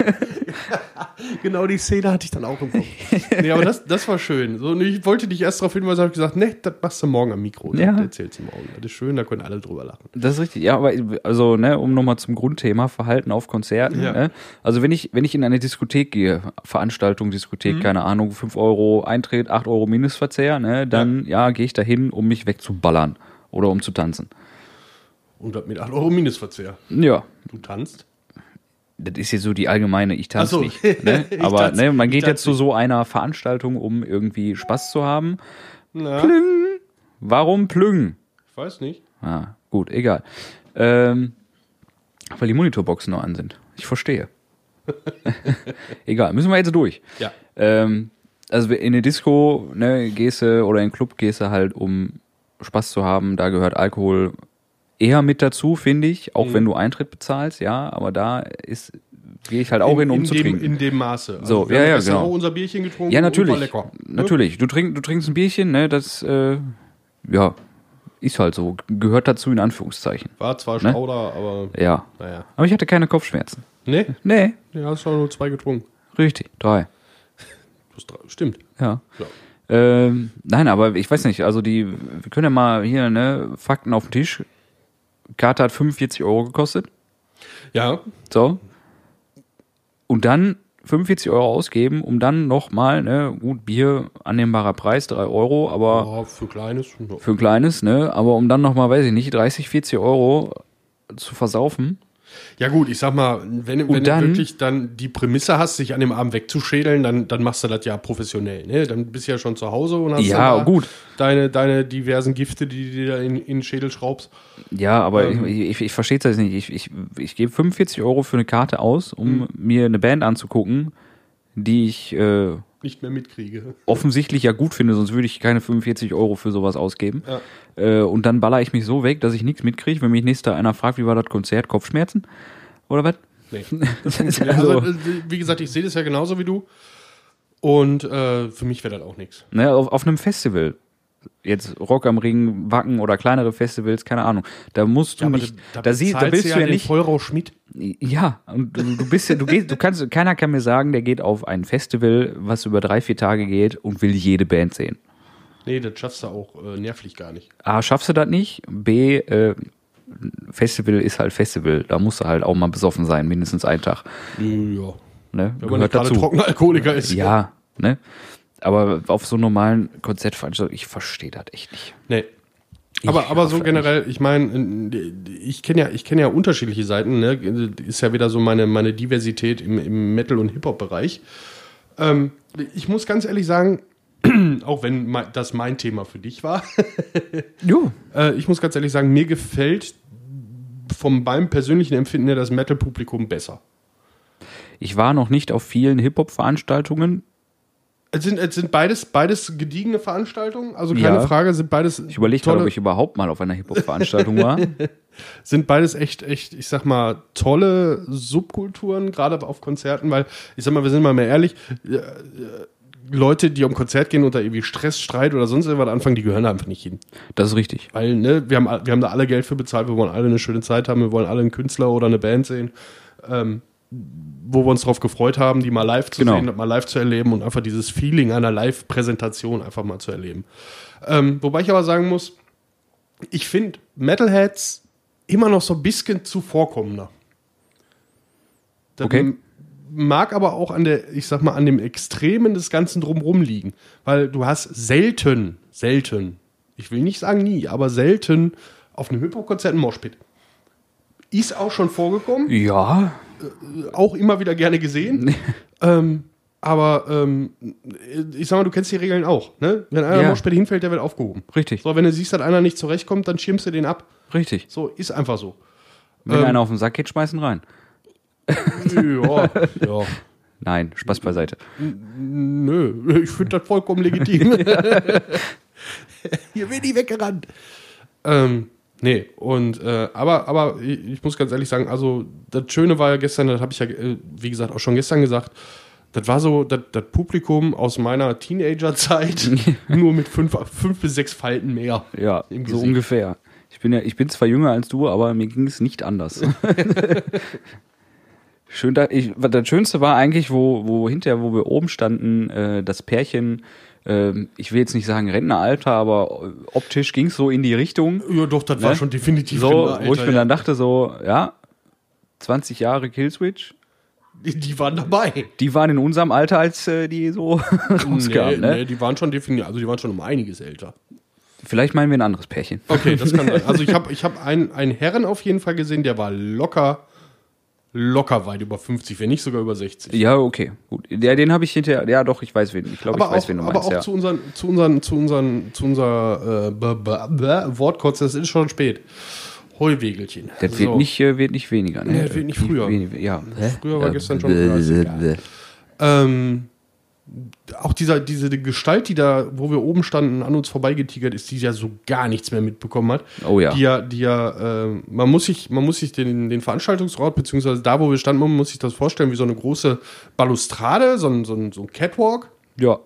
[SPEAKER 2] genau die Szene hatte ich dann auch im Kopf. Nee, aber das, das war schön. So, und ich wollte dich erst darauf hinweisen, habe ich gesagt, nee, das machst du morgen am Mikro.
[SPEAKER 1] Ja.
[SPEAKER 2] Das erzählst du morgen. Das ist schön, da können alle drüber lachen.
[SPEAKER 1] Das ist richtig, ja, aber also, ne, um nochmal zum Grundthema, Verhalten auf Konzerten,
[SPEAKER 2] Ja.
[SPEAKER 1] ne? Also wenn ich, wenn ich in eine Diskothek gehe, Veranstaltung, Diskothek, keine Ahnung, 5 Euro Eintritt, 8 Euro Mindestverzehr, ne, dann ja, gehe ich dahin, um mich wegzuballern oder um zu tanzen.
[SPEAKER 2] Und das mit 8 Euro oh, Mindestverzehr.
[SPEAKER 1] Ja.
[SPEAKER 2] Du tanzt?
[SPEAKER 1] Das ist jetzt so die allgemeine, ich
[SPEAKER 2] Ach
[SPEAKER 1] tanze
[SPEAKER 2] so.
[SPEAKER 1] nicht. Ne?
[SPEAKER 2] Ich
[SPEAKER 1] Aber
[SPEAKER 2] tanz-
[SPEAKER 1] ne, man
[SPEAKER 2] ich
[SPEAKER 1] geht
[SPEAKER 2] tanz
[SPEAKER 1] jetzt zu so einer Veranstaltung, um irgendwie Spaß zu haben.
[SPEAKER 2] Na,
[SPEAKER 1] Warum plügen?
[SPEAKER 2] ich weiß nicht.
[SPEAKER 1] Ah, gut, egal. Ähm, weil die Monitorboxen noch an sind. Ich verstehe. egal, müssen wir jetzt durch.
[SPEAKER 2] Ja.
[SPEAKER 1] Ähm, also in eine Disco ne, gehst du oder in einen Club gehst du halt, um Spaß zu haben. Da gehört Alkohol eher mit dazu, finde ich. Auch
[SPEAKER 2] Mhm.
[SPEAKER 1] wenn du Eintritt bezahlst, ja. Aber da ist gehe ich halt auch hin, um
[SPEAKER 2] in
[SPEAKER 1] zu
[SPEAKER 2] dem,
[SPEAKER 1] trinken.
[SPEAKER 2] In dem Maße. Also
[SPEAKER 1] So,
[SPEAKER 2] wir
[SPEAKER 1] ja,
[SPEAKER 2] haben
[SPEAKER 1] ja,
[SPEAKER 2] gestern
[SPEAKER 1] genau.
[SPEAKER 2] auch unser Bierchen getrunken.
[SPEAKER 1] Ja,
[SPEAKER 2] und war
[SPEAKER 1] natürlich.
[SPEAKER 2] Lecker. Ne?
[SPEAKER 1] Natürlich. Du, trink, du trinkst ein Bierchen, ne? Das, äh, ja, ist halt so. Gehört dazu in Anführungszeichen.
[SPEAKER 2] War zwar
[SPEAKER 1] Ne?
[SPEAKER 2] Stauder, aber
[SPEAKER 1] Ja.
[SPEAKER 2] naja.
[SPEAKER 1] Aber ich hatte keine Kopfschmerzen.
[SPEAKER 2] Ne?
[SPEAKER 1] Nee,
[SPEAKER 2] Ja, hast du nur zwei getrunken.
[SPEAKER 1] richtig. Drei.
[SPEAKER 2] Plus drei. Stimmt.
[SPEAKER 1] Ja.
[SPEAKER 2] Ja.
[SPEAKER 1] Ähm, nein, aber ich weiß nicht, also die, wir können ja mal hier, ne, Fakten auf den Tisch. Karte hat 45 Euro gekostet.
[SPEAKER 2] Ja,
[SPEAKER 1] So. Und dann 45 Euro ausgeben, um dann nochmal, ne, gut, Bier, annehmbarer Preis, 3 Euro, aber
[SPEAKER 2] ja, oh, für kleines. ja.
[SPEAKER 1] für ein kleines, ne, aber um dann nochmal, weiß ich nicht, 30, 40 Euro zu versaufen.
[SPEAKER 2] Ja, gut, ich sag mal, wenn, wenn
[SPEAKER 1] dann-
[SPEAKER 2] du wirklich dann die Prämisse hast, sich an dem Abend wegzuschädeln, dann, dann machst du das ja professionell. Ne? Dann bist du ja schon zu Hause und hast
[SPEAKER 1] Ja,
[SPEAKER 2] dann da
[SPEAKER 1] gut.
[SPEAKER 2] Deine, deine diversen Gifte, die du dir da in, in den Schädel schraubst.
[SPEAKER 1] Ja, aber
[SPEAKER 2] Ähm.
[SPEAKER 1] ich, ich, ich verstehe das nicht. Ich, ich, ich gebe 45 Euro für eine Karte aus, um mir eine Band anzugucken, die ich äh,
[SPEAKER 2] Nicht mehr mitkriege.
[SPEAKER 1] offensichtlich ja gut finde, sonst würde ich keine 45 Euro für sowas ausgeben.
[SPEAKER 2] Ja.
[SPEAKER 1] Äh, und dann baller ich mich so weg, dass ich nichts mitkriege, wenn mich nächster einer fragt, wie war das Konzert, Kopfschmerzen? Oder was?
[SPEAKER 2] Nee.
[SPEAKER 1] also,
[SPEAKER 2] Also, äh, wie gesagt, ich sehe das ja genauso wie du. Und äh, für mich wäre das auch nichts.
[SPEAKER 1] ne, auf, auf einem Festival. Jetzt Rock am Ring, Wacken oder kleinere Festivals, keine Ahnung. Da musst du nicht, da, sie, da willst du ja, nicht.
[SPEAKER 2] Vollrausch mit.
[SPEAKER 1] Ja, und du, du bist ja, du gehst, du kannst, keiner kann mir sagen, der geht auf ein Festival, was über drei, vier Tage geht und will jede Band sehen.
[SPEAKER 2] Nee, das schaffst du auch äh, nervlich gar nicht.
[SPEAKER 1] A, schaffst du das nicht? B, äh, Festival ist halt Festival. Da musst du halt auch mal besoffen sein, mindestens einen Tag.
[SPEAKER 2] Ja.
[SPEAKER 1] Ne?
[SPEAKER 2] Wenn man nicht
[SPEAKER 1] Gehört
[SPEAKER 2] gerade
[SPEAKER 1] dazu.
[SPEAKER 2] trockener Alkoholiker ist.
[SPEAKER 1] Ja, ne? Aber auf so normalen Konzertveranstaltungen, ich verstehe das echt nicht.
[SPEAKER 2] Nee. Aber, aber so
[SPEAKER 1] hoffe
[SPEAKER 2] generell, ich meine, ich kenne ja, ich kenne ja unterschiedliche Seiten, ne? Ist ja wieder so meine, meine Diversität im, im Metal- und Hip-Hop-Bereich. Ähm, ich muss ganz ehrlich sagen, auch wenn mein, das mein Thema für dich war,
[SPEAKER 1] Jo.
[SPEAKER 2] äh, ich muss ganz ehrlich sagen, mir gefällt von meinem persönlichen Empfinden her das Metal-Publikum besser.
[SPEAKER 1] Ich war noch nicht auf vielen Hip-Hop-Veranstaltungen.
[SPEAKER 2] Es sind, es sind beides, beides gediegene Veranstaltungen, also keine
[SPEAKER 1] Ja.
[SPEAKER 2] Frage, sind beides.
[SPEAKER 1] Ich überlege gerade, ob ich überhaupt mal auf einer Hip-Hop-Veranstaltung war.
[SPEAKER 2] sind beides echt, echt, ich sag mal, tolle Subkulturen, gerade auf Konzerten, weil, ich sag mal, wir sind mal mehr ehrlich, äh, äh, Leute, die am Konzert gehen unter irgendwie Stress, Streit oder sonst irgendwas anfangen, die gehören da einfach nicht hin.
[SPEAKER 1] Das ist richtig.
[SPEAKER 2] Weil, ne, wir haben, all- wir haben da alle Geld für bezahlt, wir wollen alle eine schöne Zeit haben, wir wollen alle einen Künstler oder eine Band sehen, ähm, wo wir uns drauf gefreut haben, die mal live zu
[SPEAKER 1] Genau.
[SPEAKER 2] sehen, das mal live zu erleben und einfach dieses Feeling einer Live-Präsentation einfach mal zu erleben. Ähm, wobei ich aber sagen muss, ich finde, Metalheads immer noch so ein bisschen zuvorkommender. Das
[SPEAKER 1] Okay.
[SPEAKER 2] mag aber auch an der, ich sag mal, an dem Extremen des Ganzen drumrum liegen. Weil du hast selten, selten, ich will nicht sagen nie, aber selten auf einem Hip-Hop-Konzert ein Moshpit. Ist auch schon vorgekommen
[SPEAKER 1] Ja,
[SPEAKER 2] auch immer wieder gerne gesehen. ähm, aber ähm, ich sag mal, du kennst die Regeln auch. Ne? Wenn einer
[SPEAKER 1] Ja.
[SPEAKER 2] ja. später hinfällt, der wird aufgehoben.
[SPEAKER 1] richtig,
[SPEAKER 2] So, wenn du siehst, dass einer nicht zurechtkommt, dann schirmst du den ab.
[SPEAKER 1] richtig.
[SPEAKER 2] So, ist einfach so.
[SPEAKER 1] Wenn
[SPEAKER 2] Ähm.
[SPEAKER 1] einer auf den Sack geht, schmeißen rein.
[SPEAKER 2] ja, ja.
[SPEAKER 1] Nein, Spaß beiseite.
[SPEAKER 2] Nö, ich finde das vollkommen legitim. Hier wird die weggerannt. Ähm, nee, und äh, aber, aber ich, ich muss ganz ehrlich sagen, also das Schöne war ja gestern, das habe ich ja, äh, wie gesagt, auch schon gestern gesagt, das war so das das Publikum aus meiner Teenagerzeit, nur mit fünf, fünf bis sechs Falten mehr.
[SPEAKER 1] Ja,
[SPEAKER 2] Im
[SPEAKER 1] so
[SPEAKER 2] Gesicht.
[SPEAKER 1] ungefähr. Ich bin, ja, ich bin zwar jünger als du, aber mir ging es nicht anders. Schön, da, ich, das Schönste war eigentlich, wo, wo hinterher, wo wir oben standen, äh, das Pärchen, ähm, ich will jetzt nicht sagen Rentneralter, aber äh, optisch ging es so in die Richtung.
[SPEAKER 2] Ja, doch, das war
[SPEAKER 1] Ne?
[SPEAKER 2] schon definitiv
[SPEAKER 1] So,
[SPEAKER 2] Kinder,
[SPEAKER 1] wo ich
[SPEAKER 2] Alter,
[SPEAKER 1] mir
[SPEAKER 2] ja.
[SPEAKER 1] dann dachte, so, ja, 20 Jahre Killswitch,
[SPEAKER 2] die, die waren dabei.
[SPEAKER 1] die waren in unserem Alter, als äh, die so rauskamen. ne?
[SPEAKER 2] die waren schon definitiv, also die waren schon um einiges älter.
[SPEAKER 1] Vielleicht meinen wir ein anderes Pärchen.
[SPEAKER 2] Okay, das kann sein. Also ich habe ich hab einen, einen Herren auf jeden Fall gesehen, der war locker, locker weit über 50, wenn nicht sogar über 60.
[SPEAKER 1] Ja, okay, gut. Ja, den habe ich hinterher, ja doch, ich weiß wen. Ich glaube, ich
[SPEAKER 2] Aber
[SPEAKER 1] weiß,
[SPEAKER 2] auch,
[SPEAKER 1] wen du
[SPEAKER 2] aber
[SPEAKER 1] meinst,
[SPEAKER 2] auch
[SPEAKER 1] ja.
[SPEAKER 2] zu unseren, zu unseren, zu unseren, zu unserer äh, b- b- b- Wortkotz, das ist schon spät. Heuwegelchen.
[SPEAKER 1] Das wird, nicht, äh, wird nicht weniger.
[SPEAKER 2] Nee,
[SPEAKER 1] Ne?
[SPEAKER 2] das wird nicht früher.
[SPEAKER 1] Wen- ja.
[SPEAKER 2] Früher war gestern schon
[SPEAKER 1] Äh,
[SPEAKER 2] früher, ist
[SPEAKER 1] äh,
[SPEAKER 2] Ähm, auch dieser, diese Gestalt, die da, wo wir oben standen, an uns vorbeigetigert ist, die ja so gar nichts mehr mitbekommen hat.
[SPEAKER 1] Oh ja.
[SPEAKER 2] Die ja, die ja äh, man muss sich, man muss sich den, den Veranstaltungsort, beziehungsweise da, wo wir standen, man muss sich das vorstellen wie so eine große Balustrade, so ein, so ein, so ein Catwalk.
[SPEAKER 1] Ja,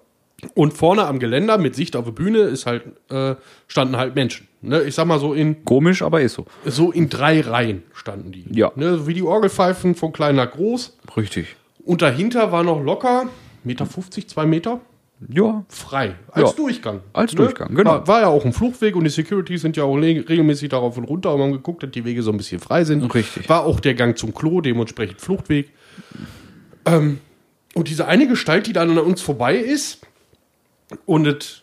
[SPEAKER 2] Und vorne am Geländer mit Sicht auf die Bühne ist halt, äh, standen halt Menschen. Ne? Ich sag mal so in,
[SPEAKER 1] komisch, aber ist so.
[SPEAKER 2] so in drei Reihen standen die.
[SPEAKER 1] Ja.
[SPEAKER 2] Ne? So Wie die Orgelpfeifen von klein nach groß.
[SPEAKER 1] Richtig.
[SPEAKER 2] Und dahinter war noch locker, Meter 50, zwei Meter,
[SPEAKER 1] Ja,
[SPEAKER 2] frei. Als
[SPEAKER 1] Ja.
[SPEAKER 2] Durchgang. Ne?
[SPEAKER 1] Als Durchgang, genau.
[SPEAKER 2] War, war ja auch ein Fluchtweg und die Securities sind ja auch le- regelmäßig darauf und runter und haben geguckt, dass die Wege so ein bisschen frei sind.
[SPEAKER 1] Richtig.
[SPEAKER 2] War auch der Gang zum Klo, dementsprechend Fluchtweg. Ähm, und diese eine Gestalt, die dann an uns vorbei ist und es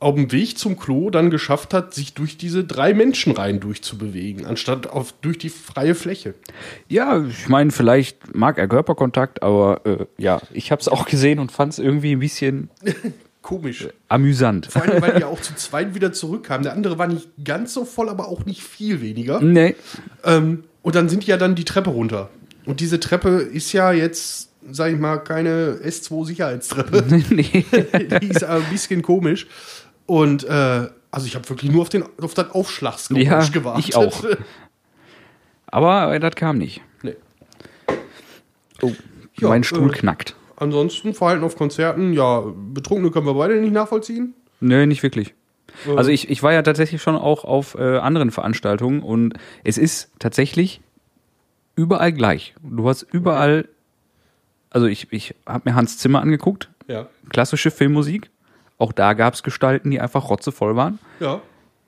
[SPEAKER 2] auf dem Weg zum Klo dann geschafft hat, sich durch diese drei Menschenreihen durchzubewegen, anstatt auf, durch die freie Fläche.
[SPEAKER 1] ja ich meine, vielleicht mag er Körperkontakt, aber äh, ja, ich habe es auch gesehen und fand es irgendwie ein bisschen
[SPEAKER 2] Komisch.
[SPEAKER 1] amüsant.
[SPEAKER 2] Vor allem, weil die ja auch zu zweit wieder zurückkamen. Der andere war nicht ganz so voll, aber auch nicht viel weniger.
[SPEAKER 1] Nee,
[SPEAKER 2] Ähm, und dann sind die ja dann die Treppe runter. Und diese Treppe ist ja jetzt, sag ich mal, keine S2-Sicherheitstreppe.
[SPEAKER 1] nee.
[SPEAKER 2] die ist aber ein bisschen komisch. Und äh, also ich habe wirklich nur auf, den, auf das Aufschlagsgeräusch
[SPEAKER 1] Ja,
[SPEAKER 2] gewartet.
[SPEAKER 1] ich auch. Aber äh, das kam nicht.
[SPEAKER 2] Nee.
[SPEAKER 1] Oh,
[SPEAKER 2] Ja,
[SPEAKER 1] mein Stuhl
[SPEAKER 2] äh,
[SPEAKER 1] knackt.
[SPEAKER 2] Ansonsten Verhalten auf Konzerten, ja, Betrunkene können wir beide nicht nachvollziehen.
[SPEAKER 1] Nee, nicht wirklich.
[SPEAKER 2] Ähm,
[SPEAKER 1] Also ich, ich war ja tatsächlich schon auch auf äh, anderen Veranstaltungen und es ist tatsächlich überall gleich. Du hast überall, also ich, ich habe mir Hans Zimmer angeguckt,
[SPEAKER 2] Ja.
[SPEAKER 1] klassische Filmmusik. Auch da gab es Gestalten, die einfach rotzevoll waren.
[SPEAKER 2] Ja.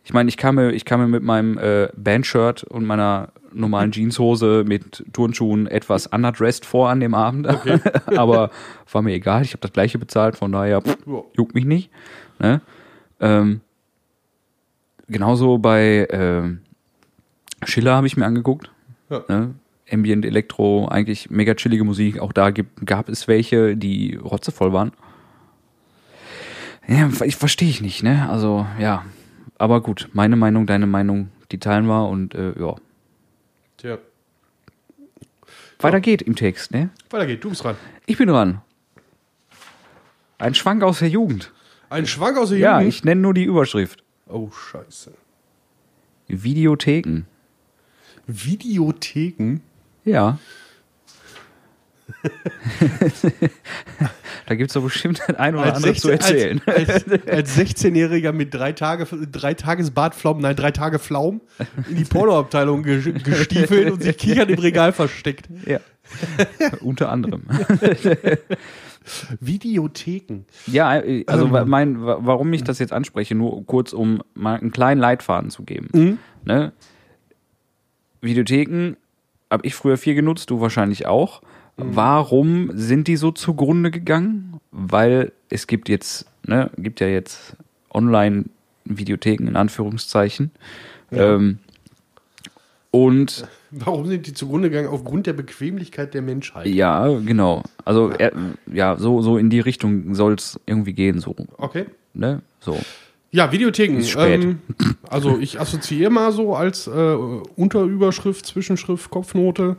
[SPEAKER 1] Ich meine, ich kam mir, ich kam mir mit meinem äh, Bandshirt und meiner normalen Jeanshose mit Turnschuhen etwas underdressed vor an dem Abend. Aber war mir egal, ich habe das gleiche bezahlt, von daher pff,
[SPEAKER 2] Ja.
[SPEAKER 1] juckt mich nicht. Ne? Ähm, genauso bei ähm, Schiller habe ich mir angeguckt.
[SPEAKER 2] Ja.
[SPEAKER 1] Ne? Ambient Elektro, eigentlich mega chillige Musik. Auch da gibt, gab es welche, die rotzevoll waren. Ja, ich verstehe ich nicht, ne? Also, ja. Aber gut, meine Meinung, deine Meinung, die teilen wir und äh, ja.
[SPEAKER 2] Tja.
[SPEAKER 1] Weiter geht im Text, ne?
[SPEAKER 2] Weiter geht, du bist dran.
[SPEAKER 1] Ich bin dran. Ein Schwank aus der Jugend.
[SPEAKER 2] Ein Schwank aus der
[SPEAKER 1] Ja,
[SPEAKER 2] Jugend.
[SPEAKER 1] ich nenne nur die Überschrift.
[SPEAKER 2] Oh, scheiße.
[SPEAKER 1] Videotheken.
[SPEAKER 2] Videotheken?
[SPEAKER 1] Ja. da gibt es doch bestimmt ein ein oder
[SPEAKER 2] als
[SPEAKER 1] andere
[SPEAKER 2] 16
[SPEAKER 1] zu erzählen.
[SPEAKER 2] Als, als, als 16-Jähriger mit drei Tage, drei Tages Bartflaum, nein, drei Tage Flaum in die Pornoabteilung ge- gestiefelt und sich kichern im Regal versteckt.
[SPEAKER 1] ja. Unter anderem.
[SPEAKER 2] Videotheken.
[SPEAKER 1] Ja, äh, also wa- mein, wa- warum ich das jetzt anspreche, nur kurz, um mal einen kleinen Leitfaden zu geben. Ne? Videotheken habe ich früher viel genutzt, du wahrscheinlich auch. Warum sind die so zugrunde gegangen? Weil es gibt jetzt, ne, gibt ja jetzt Online-Videotheken in Anführungszeichen.
[SPEAKER 2] Ja.
[SPEAKER 1] Ähm, und
[SPEAKER 2] Warum sind die zugrunde gegangen? Aufgrund der Bequemlichkeit der Menschheit.
[SPEAKER 1] ja, genau. Also er, ja, so, so in die Richtung soll es irgendwie gehen, so.
[SPEAKER 2] Okay.
[SPEAKER 1] Ne? So.
[SPEAKER 2] Ja, Videotheken.
[SPEAKER 1] Ist spät.
[SPEAKER 2] Ähm, also ich assoziiere mal so als äh, Unterüberschrift, Zwischenschrift, Kopfnote.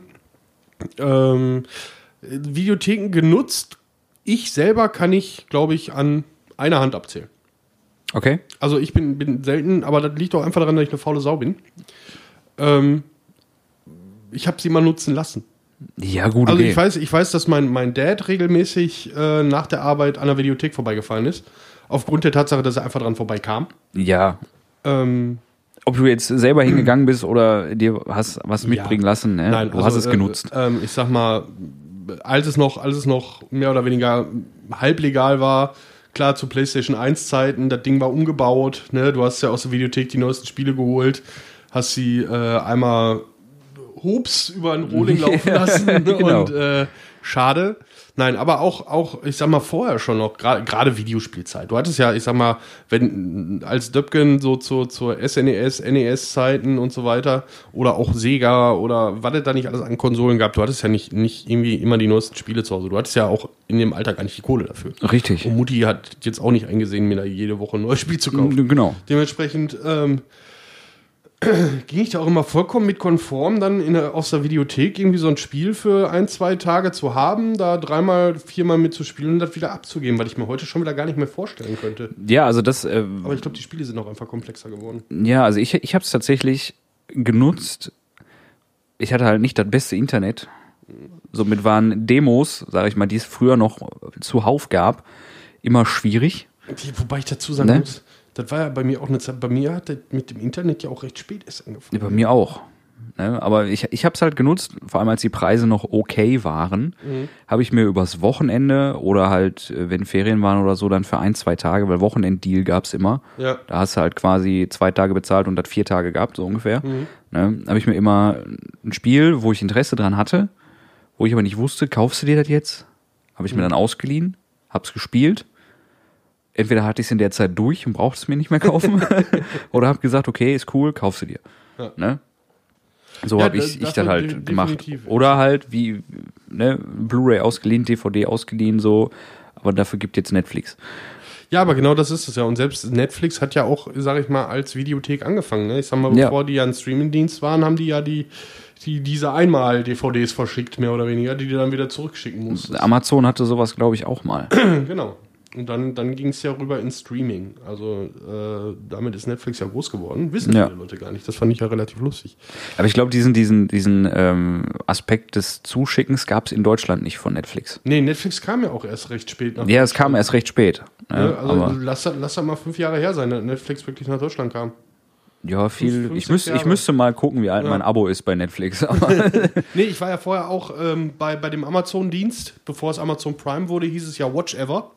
[SPEAKER 2] Ähm, äh, Videotheken genutzt. Ich selber kann ich, glaube ich, an einer Hand abzählen.
[SPEAKER 1] Okay.
[SPEAKER 2] Also ich bin, bin selten, aber das liegt auch einfach daran, dass ich eine faule Sau bin. Ähm, ich habe sie mal nutzen lassen.
[SPEAKER 1] Ja, gut,
[SPEAKER 2] Also
[SPEAKER 1] okay.
[SPEAKER 2] ich weiß, ich weiß, dass mein, mein Dad regelmäßig äh, nach der Arbeit an der Videothek vorbeigefahren ist. Aufgrund der Tatsache, dass er einfach dran vorbeikam.
[SPEAKER 1] ja.
[SPEAKER 2] Ähm,
[SPEAKER 1] Ob du jetzt selber hingegangen bist oder dir hast was mitbringen lassen, ne?
[SPEAKER 2] Nein,
[SPEAKER 1] du hast es
[SPEAKER 2] äh,
[SPEAKER 1] genutzt.
[SPEAKER 2] Ähm, ich sag mal, als es noch, als es noch mehr oder weniger halblegal war, klar zu PlayStation 1 Zeiten, das Ding war umgebaut, ne? Du hast ja aus der Videothek die neuesten Spiele geholt, hast sie äh, einmal Hups über ein Rohling laufen lassen ne?
[SPEAKER 1] Genau.
[SPEAKER 2] und äh, schade. Nein, aber auch, auch, ich sag mal, vorher schon noch, gra- gerade Videospielzeit. Du hattest ja, ich sag mal, wenn als Döpken so zur, zur E SNES, NES-Zeiten und so weiter oder auch Sega oder was es da nicht alles an Konsolen gab, du hattest ja nicht, nicht irgendwie immer die neuesten Spiele zu Hause. Du hattest ja auch in dem Alltag eigentlich die Kohle dafür.
[SPEAKER 1] Richtig.
[SPEAKER 2] Und Mutti hat jetzt auch nicht eingesehen, mir da jede Woche ein neues Spiel zu kaufen.
[SPEAKER 1] Genau.
[SPEAKER 2] Dementsprechend ähm, ging ich da auch immer vollkommen mit konform, dann in der, aus der Videothek irgendwie so ein Spiel für ein, zwei Tage zu haben, da dreimal, viermal mit zu spielen und das wieder abzugeben, weil ich mir heute schon wieder gar nicht mehr vorstellen könnte.
[SPEAKER 1] Ja, also das, äh,
[SPEAKER 2] Aber ich glaube, die Spiele sind auch einfach komplexer geworden.
[SPEAKER 1] ja, also ich, ich habe es tatsächlich genutzt. Ich hatte halt nicht das beste Internet. Somit waren Demos, sage ich mal, die es früher noch zuhauf gab, immer schwierig.
[SPEAKER 2] Die, wobei ich dazu sagen
[SPEAKER 1] Ne?
[SPEAKER 2] muss, das war ja bei mir auch eine Zeit, bei mir hat das mit dem Internet ja auch recht spät erst angefangen.
[SPEAKER 1] Ja, bei mir auch. Ne? Aber ich, ich habe es halt genutzt, vor allem als die Preise noch okay waren, habe ich mir übers Wochenende oder halt, äh, wenn Ferien waren oder so, dann für ein, zwei Tage, weil Wochenenddeal gab's immer.
[SPEAKER 2] Ja.
[SPEAKER 1] Da hast du halt quasi zwei Tage bezahlt und hat vier Tage gehabt, so ungefähr.
[SPEAKER 2] Mhm.
[SPEAKER 1] Ne? Habe ich mir immer ein Spiel, wo ich Interesse dran hatte, wo ich aber nicht wusste, kaufst du dir das jetzt? Habe ich
[SPEAKER 2] Mhm.
[SPEAKER 1] mir dann ausgeliehen, hab's gespielt. Entweder hatte ich es in der Zeit durch und brauchte es mir nicht mehr kaufen, oder habe gesagt, okay, ist cool, kaufst du dir.
[SPEAKER 2] Ja.
[SPEAKER 1] Ne? So
[SPEAKER 2] Ja,
[SPEAKER 1] habe
[SPEAKER 2] da-
[SPEAKER 1] ich, ich
[SPEAKER 2] das
[SPEAKER 1] das
[SPEAKER 2] war
[SPEAKER 1] halt
[SPEAKER 2] de-
[SPEAKER 1] gemacht.
[SPEAKER 2] definitiv.
[SPEAKER 1] Oder halt wie ne, Blu-ray ausgeliehen, DVD ausgeliehen, so. Aber dafür gibt jetzt Netflix.
[SPEAKER 2] Ja, aber genau das ist es ja. Und selbst Netflix hat ja auch, sag ich mal, als Videothek angefangen. Ne? Ich sag mal,
[SPEAKER 1] Ja.
[SPEAKER 2] bevor die ja ein Streamingdienst waren, haben die ja die, die diese Einmal-DVDs verschickt, mehr oder weniger, die du dann wieder zurückschicken musstest.
[SPEAKER 1] Amazon hatte sowas, glaube ich, auch mal.
[SPEAKER 2] Genau. Und dann, dann ging es ja rüber ins Streaming. Also äh, damit ist Netflix ja groß geworden. Wissen
[SPEAKER 1] Ja.
[SPEAKER 2] viele Leute gar nicht. Das fand ich ja relativ lustig.
[SPEAKER 1] Aber ich glaube, diesen, diesen, diesen ähm, Aspekt des Zuschickens gab es in Deutschland nicht von Netflix.
[SPEAKER 2] Nee, Netflix kam ja auch erst recht spät nach
[SPEAKER 1] Ja, es kam erst recht spät. Ja,
[SPEAKER 2] Ne? Also
[SPEAKER 1] aber,
[SPEAKER 2] lass, das- lass das mal fünf Jahre her sein, dass Netflix wirklich nach Deutschland kam.
[SPEAKER 1] ja viel.
[SPEAKER 2] fünf,
[SPEAKER 1] ich,
[SPEAKER 2] sechs
[SPEAKER 1] müsste, ich
[SPEAKER 2] Jahre.
[SPEAKER 1] müsste mal gucken, wie alt
[SPEAKER 2] Ja.
[SPEAKER 1] mein Abo ist bei Netflix. Aber,
[SPEAKER 2] Nee, ich war ja vorher auch ähm, bei, bei dem Amazon-Dienst, bevor es Amazon Prime wurde, hieß es ja Watch Ever.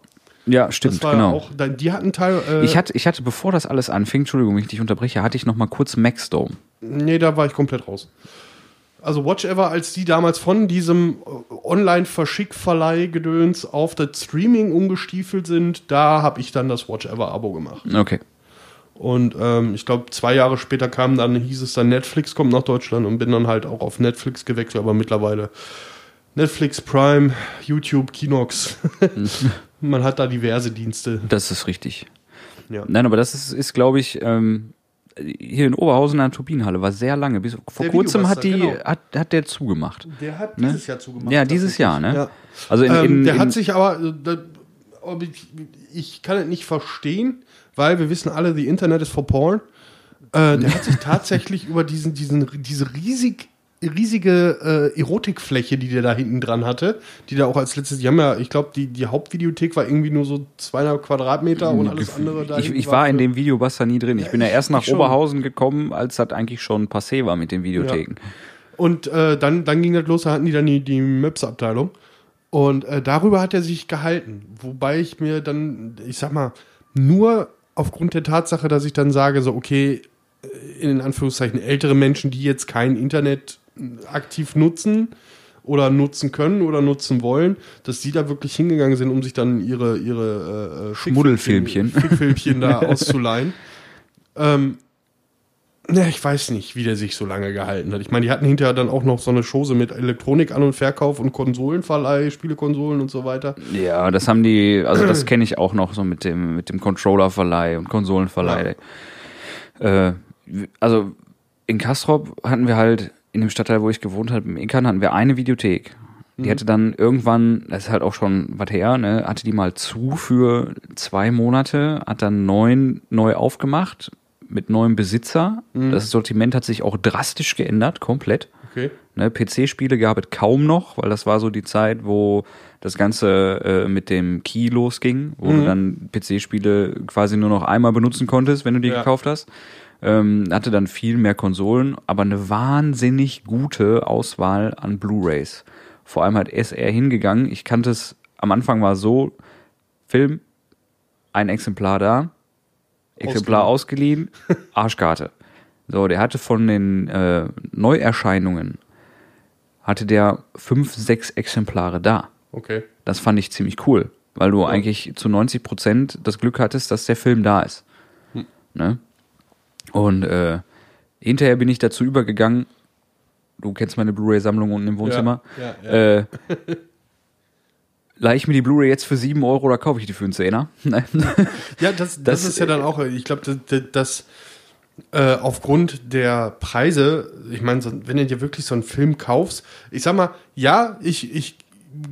[SPEAKER 1] ja, stimmt,
[SPEAKER 2] Das war ja
[SPEAKER 1] genau.
[SPEAKER 2] auch, da- die hatten Teil. Äh,
[SPEAKER 1] ich, hatte, ich hatte, bevor das alles anfing, Entschuldigung, wenn ich dich unterbreche, hatte ich noch mal kurz Maxdome.
[SPEAKER 2] nee, da war ich komplett raus. Also Watch Ever, als die damals von diesem äh, Online-Verschickverleih-Gedöns auf das Streaming umgestiefelt sind, da habe ich dann das Watch Ever-Abo gemacht.
[SPEAKER 1] Okay.
[SPEAKER 2] Und ähm, ich glaube, zwei Jahre später kam dann, hieß es dann, Netflix kommt nach Deutschland und bin dann halt auch auf Netflix gewechselt, aber mittlerweile Netflix, Prime, YouTube, Kinox. Man hat da diverse Dienste.
[SPEAKER 1] Das ist richtig.
[SPEAKER 2] Ja.
[SPEAKER 1] Nein, aber das ist, ist glaube ich, ähm, hier in Oberhausen an der Turbinenhalle war sehr lange. Bis, vor
[SPEAKER 2] Der
[SPEAKER 1] kurzem hat, die,
[SPEAKER 2] Videobastler, genau.
[SPEAKER 1] hat, hat der zugemacht.
[SPEAKER 2] Der hat
[SPEAKER 1] Ne?
[SPEAKER 2] dieses Jahr zugemacht.
[SPEAKER 1] ja, dieses
[SPEAKER 2] tatsächlich.
[SPEAKER 1] Jahr, ne?
[SPEAKER 2] Ja.
[SPEAKER 1] Also in, in,
[SPEAKER 2] ähm, der
[SPEAKER 1] in,
[SPEAKER 2] hat sich aber, äh, da, ob ich, ich kann es nicht verstehen, weil wir wissen alle, the Internet is for porn. Äh, der hat sich tatsächlich über diesen, diesen, diese riesig, riesige äh, Erotikfläche, die der da hinten dran hatte, die da auch als letztes, die haben ja, ich glaube, die, die Hauptvideothek war irgendwie nur so 200 Quadratmeter und alles andere da.
[SPEAKER 1] Hm, ich,
[SPEAKER 2] hinten
[SPEAKER 1] ich war in
[SPEAKER 2] für-
[SPEAKER 1] dem Videobuster nie drin. Ich bin ja
[SPEAKER 2] ich-
[SPEAKER 1] erst
[SPEAKER 2] ich
[SPEAKER 1] nach
[SPEAKER 2] schon.
[SPEAKER 1] Oberhausen gekommen, als das eigentlich schon passé war mit den Videotheken.
[SPEAKER 2] Und äh, dann, dann ging das los, da hatten die dann die, die Möps-Abteilung. Und äh, darüber hat er sich gehalten. Wobei ich mir dann, ich sag mal, nur aufgrund der Tatsache, dass ich dann sage, so, okay, äh, in Anführungszeichen ältere Menschen, die jetzt kein Internet äh, aktiv nutzen oder nutzen können oder nutzen wollen, dass die da wirklich hingegangen sind, um sich dann ihre, ihre äh, Schick-
[SPEAKER 1] Schmuddelfilmchen.
[SPEAKER 2] Fickfilmchen da auszuleihen. Ähm, na, ich weiß nicht, wie der sich so lange gehalten hat. Ich meine, die hatten hinterher dann auch noch so eine Chose mit Elektronik an und Verkauf und Konsolenverleih, Spielekonsolen und so weiter.
[SPEAKER 1] Ja, das haben die, also das kenne ich auch noch so mit dem, mit dem Controllerverleih und Konsolenverleih. Äh, w- also in Kastrop hatten wir halt, in dem Stadtteil, wo ich gewohnt habe, im Ickern, hatten wir eine Videothek. Die hatte dann irgendwann, das ist halt auch schon was her, ne, hatte die mal zu für zwei Monate, hat dann neun neu aufgemacht mit neuem Besitzer. Das Sortiment hat sich auch drastisch geändert, komplett.
[SPEAKER 2] Okay.
[SPEAKER 1] Ne, PC-Spiele gab es kaum noch, weil das war so die Zeit, wo das Ganze äh, mit dem Key losging, wo du dann PC-Spiele quasi nur noch einmal benutzen konntest, wenn du die
[SPEAKER 2] Ja.
[SPEAKER 1] gekauft hast. Ähm, hatte dann viel mehr Konsolen, aber eine wahnsinnig gute Auswahl an Blu-Rays. Vor allem hat SR hingegangen. Ich kannte es, am Anfang war es so, Film, ein Exemplar da, Exemplar ausgeliehen, Arschkarte. So, der hatte von den äh, Neuerscheinungen, hatte der fünf, sechs Exemplare da.
[SPEAKER 2] Okay.
[SPEAKER 1] Das fand ich ziemlich cool, weil du eigentlich zu 90 Prozent das Glück hattest, dass der Film da ist.
[SPEAKER 2] Hm.
[SPEAKER 1] Ne? Und äh, hinterher bin ich dazu übergegangen, du kennst meine Blu-ray-Sammlung unten im Wohnzimmer,
[SPEAKER 2] Ja, ja,
[SPEAKER 1] äh, leih ich mir die Blu-ray jetzt für 7 Euro oder kaufe ich die für einen Zehner? Ne?
[SPEAKER 2] Ja, das, das,
[SPEAKER 1] Das,
[SPEAKER 2] ist ja dann auch, ich glaube, dass, dass äh, aufgrund der Preise, ich meine, so, wenn du dir wirklich so einen Film kaufst, ich sag mal, ja, ich, ich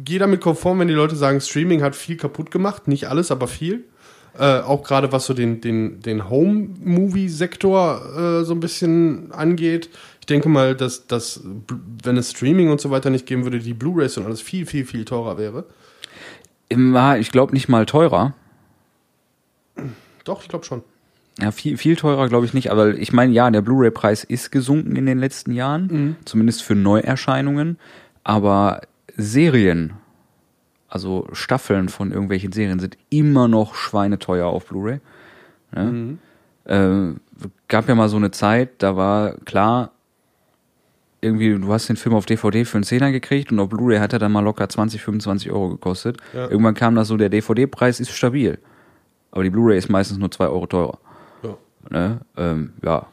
[SPEAKER 2] gehe damit konform, wenn die Leute sagen, Streaming hat viel kaputt gemacht, nicht alles, aber viel. Äh, auch gerade was so den, den, den Home-Movie-Sektor äh, so ein bisschen angeht. Ich denke mal, dass, dass, bl- wenn es Streaming und so weiter nicht geben würde, die Blu-Rays und alles viel, viel, viel teurer wäre.
[SPEAKER 1] War, ich glaube, nicht mal teurer.
[SPEAKER 2] Doch, ich glaube schon.
[SPEAKER 1] Ja, viel, viel teurer glaube ich nicht, aber ich meine, ja, der Blu-ray-Preis ist gesunken in den letzten Jahren, zumindest für Neuerscheinungen, aber Serien, also Staffeln von irgendwelchen Serien sind immer noch schweineteuer auf Blu-ray. Ne? Äh, gab ja mal so eine Zeit, da war klar, irgendwie, du hast den Film auf DVD für einen Zehner gekriegt und auf Blu-ray hat er dann mal locker 20, 25 Euro gekostet.
[SPEAKER 2] Ja.
[SPEAKER 1] Irgendwann kam das so, der DVD-Preis ist stabil. Aber die Blu-ray ist meistens nur 2 Euro teurer.
[SPEAKER 2] Ja.
[SPEAKER 1] Ne? Ähm, ja.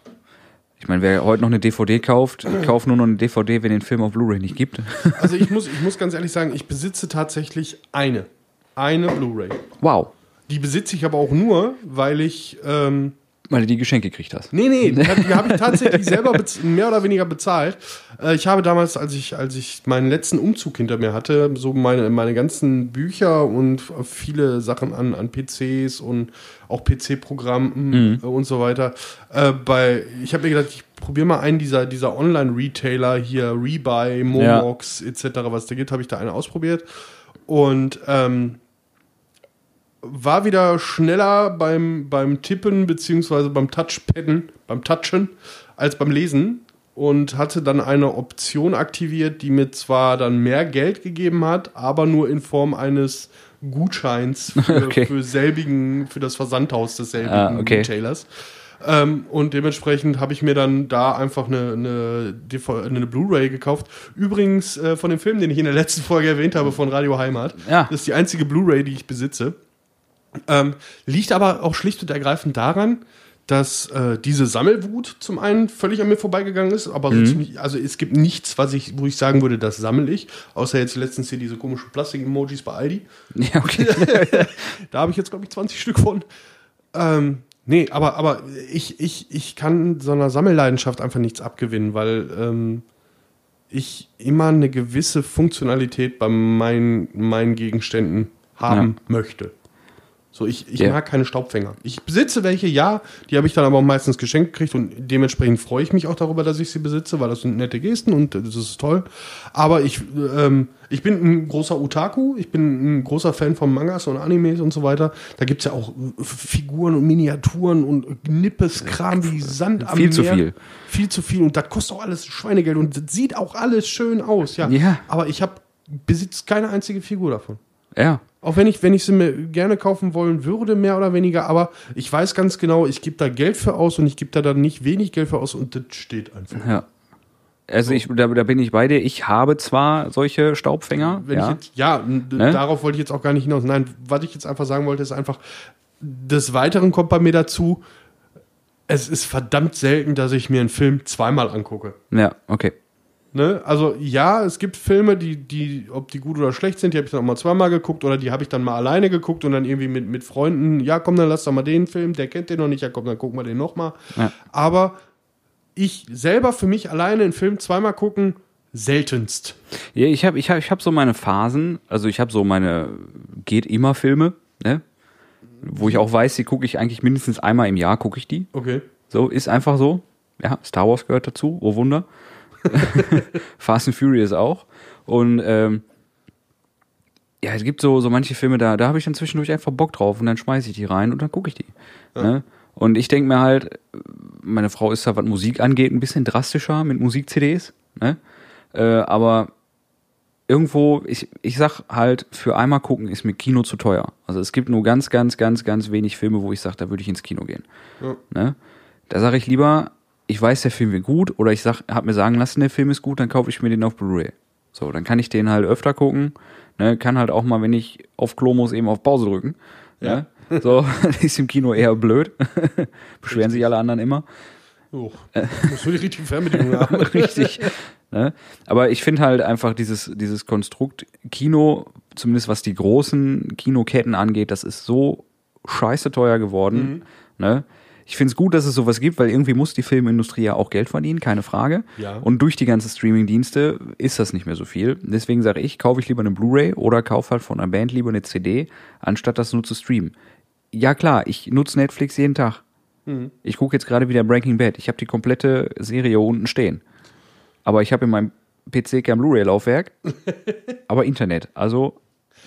[SPEAKER 1] Ich meine, wer heute noch eine DVD kauft, kauft nur noch eine DVD, wenn den Film auf Blu-ray nicht gibt.
[SPEAKER 2] Also ich muss, ich muss ganz ehrlich sagen, ich besitze tatsächlich eine. Eine Blu-ray.
[SPEAKER 1] wow,
[SPEAKER 2] Die besitze ich aber auch nur, weil ich. Ähm,
[SPEAKER 1] weil du die Geschenke gekriegt hast.
[SPEAKER 2] nee, nee, die habe hab ich tatsächlich selber bez- mehr oder weniger bezahlt. Äh, ich habe damals, als ich, als ich meinen letzten Umzug hinter mir hatte, so meine, meine ganzen Bücher und viele Sachen an, an PCs und auch PC-Programmen äh, und so weiter. Äh, bei, ich habe mir gedacht, ich probiere mal einen dieser, dieser Online-Retailer hier, Rebuy, Momox etc., was da gibt, habe ich da einen ausprobiert. Und ähm, war wieder schneller beim, beim Tippen beziehungsweise beim Touchpadden, beim Touchen, als beim Lesen und hatte dann eine Option aktiviert, die mir zwar dann mehr Geld gegeben hat, aber nur in Form eines Gutscheins für,
[SPEAKER 1] Okay.
[SPEAKER 2] für selbigen, für das Versandhaus desselben
[SPEAKER 1] Ah, okay.
[SPEAKER 2] Retailers. Ähm, und dementsprechend habe ich mir dann da einfach eine, eine, DV eine Blu-ray gekauft. Übrigens äh, von dem Film, den ich in der letzten Folge erwähnt habe, von Radio Heimat.
[SPEAKER 1] Ja.
[SPEAKER 2] Das ist die einzige Blu-ray, die ich besitze. Ähm, liegt aber auch schlicht und ergreifend daran, dass äh, diese Sammelwut zum einen völlig an mir vorbeigegangen ist, aber so ziemlich, also es gibt nichts, was ich, wo ich sagen würde, das sammel ich, außer jetzt letztens hier diese komischen Plastik-Emojis bei Aldi.
[SPEAKER 1] Ja, okay.
[SPEAKER 2] Da habe ich jetzt, glaube ich, 20 Stück von. Ähm, nee, aber, aber ich, ich, ich kann so einer Sammelleidenschaft einfach nichts abgewinnen, weil ähm, ich immer eine gewisse Funktionalität bei meinen, meinen Gegenständen haben möchte. So, ich, ich
[SPEAKER 1] Ja.
[SPEAKER 2] mag keine Staubfänger. Ich besitze welche, ja, die habe ich dann aber auch meistens geschenkt gekriegt und dementsprechend freue ich mich auch darüber, dass ich sie besitze, weil das sind nette Gesten und das ist toll. Aber ich, ähm, ich bin ein großer Otaku, ich bin ein großer Fan von Mangas und Animes und so weiter. Da gibt es ja auch äh, Figuren und Miniaturen und Nippes, Kram wie Sand am
[SPEAKER 1] Viel zu
[SPEAKER 2] Meer.
[SPEAKER 1] viel.
[SPEAKER 2] Viel zu viel und das kostet auch alles Schweinegeld und das sieht auch alles schön aus, ja.
[SPEAKER 1] Ja.
[SPEAKER 2] Aber ich habe besitze keine einzige Figur davon.
[SPEAKER 1] ja.
[SPEAKER 2] Auch wenn ich, wenn ich sie mir gerne kaufen wollen würde, mehr oder weniger, aber ich weiß ganz genau, ich gebe da Geld für aus und ich gebe da dann nicht wenig Geld für aus und das steht einfach.
[SPEAKER 1] Ja. Also ich, da, da bin ich bei dir. Ich habe zwar solche Staubfänger.
[SPEAKER 2] Wenn
[SPEAKER 1] ja.
[SPEAKER 2] ich jetzt, ja, n- d-
[SPEAKER 1] Ne?
[SPEAKER 2] darauf wollte ich jetzt auch gar nicht hinaus. Nein, was ich jetzt einfach sagen wollte, ist einfach, des Weiteren kommt bei mir dazu, es ist verdammt selten, dass ich mir einen Film zweimal angucke.
[SPEAKER 1] ja, okay.
[SPEAKER 2] Ne? Also ja, es gibt Filme, die, die, ob die gut oder schlecht sind, die habe ich dann auch mal zweimal geguckt oder die habe ich dann mal alleine geguckt und dann irgendwie mit, mit Freunden, ja komm, dann lass doch mal den Film, der kennt den noch nicht, ja komm, dann gucken wir den nochmal.
[SPEAKER 1] Ja.
[SPEAKER 2] Aber ich selber für mich alleine einen Film zweimal gucken, seltenst.
[SPEAKER 1] Ja, ich habe ich hab, ich hab so meine Phasen, also ich habe so meine geht immer Filme, ne? wo ich auch weiß, die gucke ich eigentlich mindestens einmal im Jahr, gucke ich die.
[SPEAKER 2] Okay.
[SPEAKER 1] So, ist einfach so. Ja, Star Wars gehört dazu, oh Wunder. Fast and Furious auch. Und ähm, ja, es gibt so, so manche Filme, da, da habe ich dann zwischendurch einfach Bock drauf und dann schmeiße ich die rein und dann gucke ich die. Ne? Und ich denke mir halt, meine Frau ist da, was Musik angeht, ein bisschen drastischer mit Musik-CDs. Ne? Äh, aber irgendwo, ich, ich sag halt, für einmal gucken ist mir Kino zu teuer. Also es gibt nur ganz, ganz, ganz, ganz wenig Filme, wo ich sage, da würde ich ins Kino gehen.
[SPEAKER 2] Ja.
[SPEAKER 1] Ne? Da sage ich lieber, ich weiß, der Film wird gut, oder ich sag, hab mir sagen lassen, der Film ist gut, dann kaufe ich mir den auf Blu-ray. So, dann kann ich den halt öfter gucken. Ne? Kann halt auch mal, wenn ich auf Klo muss, eben auf Pause drücken. Ja. Ne? So, ist im Kino eher blöd. Beschweren sich alle anderen immer.
[SPEAKER 2] Oh, muss nur die richtige Fernbedienung haben.
[SPEAKER 1] Richtig. ne? Aber ich finde halt einfach dieses, dieses Konstrukt Kino, zumindest was die großen Kinoketten angeht, das ist so scheiße teuer geworden. Ne? Ich finde es gut, dass es sowas gibt, weil irgendwie muss die Filmindustrie ja auch Geld verdienen, keine Frage.
[SPEAKER 2] Ja.
[SPEAKER 1] Und durch die ganzen Streamingdienste ist das nicht mehr so viel. Deswegen sage ich, kaufe ich lieber eine Blu-ray oder kaufe halt von einer Band lieber eine CD, anstatt das nur zu streamen. Ja klar, ich nutze Netflix jeden Tag.
[SPEAKER 2] Mhm.
[SPEAKER 1] Ich gucke jetzt gerade wieder Breaking Bad. Ich habe die komplette Serie unten stehen. Aber ich habe in meinem PC kein Blu-ray-Laufwerk, aber Internet. Also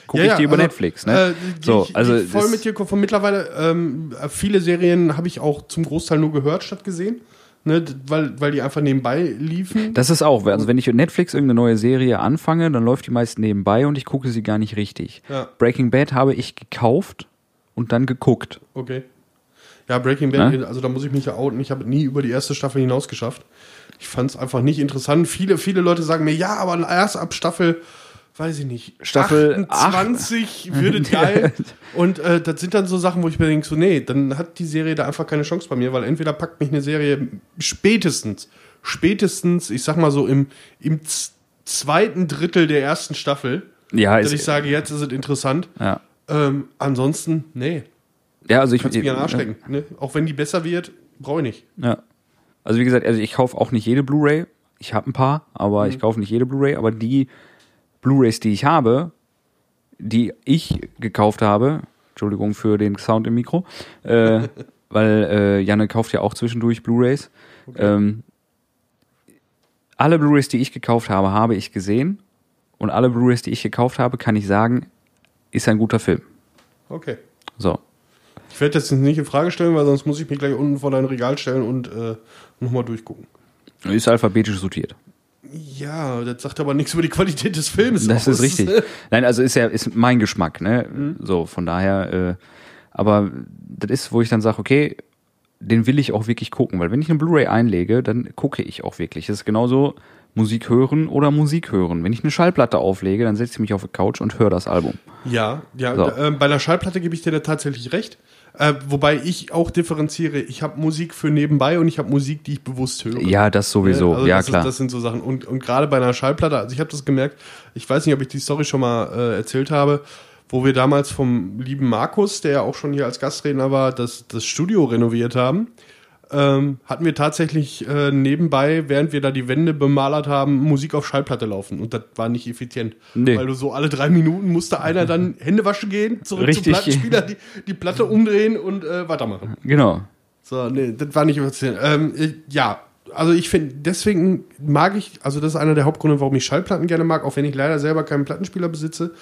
[SPEAKER 1] gucke ich die über
[SPEAKER 2] also,
[SPEAKER 1] Netflix. Ne?
[SPEAKER 2] äh,
[SPEAKER 1] so,
[SPEAKER 2] ich,
[SPEAKER 1] also
[SPEAKER 2] ich voll
[SPEAKER 1] das-
[SPEAKER 2] mit dir von mittlerweile ähm, viele Serien habe ich auch zum Großteil nur gehört statt gesehen, ne, d- weil, weil die einfach nebenbei liefen.
[SPEAKER 1] Das ist auch, also wenn ich mit Netflix irgendeine neue Serie anfange, dann läuft die meist nebenbei und ich gucke sie gar nicht richtig.
[SPEAKER 2] Ja.
[SPEAKER 1] Breaking Bad habe ich gekauft und dann geguckt.
[SPEAKER 2] Okay. Ja, Breaking Bad, also da muss ich mich ja outen. Ich habe nie über die erste Staffel hinaus geschafft. Ich fand es einfach nicht interessant. Viele, viele Leute sagen mir, ja, aber erst ab Staffel, weiß ich nicht,
[SPEAKER 1] Staffel
[SPEAKER 2] 28 würde geil. Und äh, das sind dann so Sachen, wo ich mir denke, so, nee, dann hat die Serie da einfach keine Chance bei mir, weil entweder packt mich eine Serie spätestens, spätestens, ich sag mal so, im, im z- zweiten Drittel der ersten Staffel,
[SPEAKER 1] Ja,
[SPEAKER 2] dass ich
[SPEAKER 1] ist,
[SPEAKER 2] sage, jetzt ist es interessant.
[SPEAKER 1] ja.
[SPEAKER 2] Ähm, ansonsten, nee.
[SPEAKER 1] ja, also ich
[SPEAKER 2] Kannst mich an den Arsch stecken. Ne? Auch wenn die besser wird, brauche ich nicht.
[SPEAKER 1] Ja. Also wie gesagt, also ich kaufe auch nicht jede Blu-ray. Ich habe ein paar, aber ich kaufe nicht jede Blu-ray. Aber die Blu-rays, die ich habe, die ich gekauft habe, Entschuldigung für den Sound im Mikro, äh, weil äh, Janne kauft ja auch zwischendurch Blu-rays. Ähm, alle Blu-rays, die ich gekauft habe, habe ich gesehen. Und alle Blu-rays, die ich gekauft habe, kann ich sagen, ist ein guter Film.
[SPEAKER 2] Okay.
[SPEAKER 1] So.
[SPEAKER 2] Ich werde das jetzt nicht in Frage stellen, weil sonst muss ich mich gleich unten vor dein Regal stellen und äh, nochmal durchgucken.
[SPEAKER 1] Ist alphabetisch sortiert.
[SPEAKER 2] Ja, das sagt aber nichts über die Qualität des Films.
[SPEAKER 1] Das
[SPEAKER 2] aus.
[SPEAKER 1] ist richtig. Nein, also ist ja ist mein Geschmack, ne?
[SPEAKER 2] Mhm.
[SPEAKER 1] So von daher. Äh, aber das ist, wo ich dann sage, okay, den will ich auch wirklich gucken, weil wenn ich eine Blu-ray einlege, dann gucke ich auch wirklich. Das ist genauso Musik hören oder Musik hören. Wenn ich eine Schallplatte auflege, dann setze ich mich auf die Couch und höre das Album.
[SPEAKER 2] Ja, ja.
[SPEAKER 1] So.
[SPEAKER 2] da, ähm, bei der Schallplatte gebe ich dir da tatsächlich recht. Äh, wobei ich auch differenziere. Ich habe Musik für nebenbei und ich habe Musik, die ich bewusst höre.
[SPEAKER 1] Ja, das sowieso.
[SPEAKER 2] Also
[SPEAKER 1] ja
[SPEAKER 2] das
[SPEAKER 1] klar.
[SPEAKER 2] Ist, das sind so Sachen. Und, und gerade bei einer Schallplatte, also ich habe das gemerkt, ich weiß nicht, ob ich die Story schon mal äh, erzählt habe, wo wir damals vom lieben Markus, der ja auch schon hier als Gastredner war, das, das Studio renoviert haben, ähm, hatten wir tatsächlich äh, nebenbei, während wir da die Wände bemalert haben, Musik auf Schallplatte laufen. Und das war nicht effizient.
[SPEAKER 1] Nee.
[SPEAKER 2] Weil du so alle drei Minuten musste einer dann Hände waschen gehen, zurück
[SPEAKER 1] Richtig.
[SPEAKER 2] zum Plattenspieler, die, die Platte umdrehen und äh, weitermachen.
[SPEAKER 1] genau.
[SPEAKER 2] So, nee, das war nicht überziehen. Ähm, äh, ja, also ich finde, deswegen mag ich, also das ist einer der Hauptgründe, warum ich Schallplatten gerne mag, auch wenn ich leider selber keinen Plattenspieler besitze.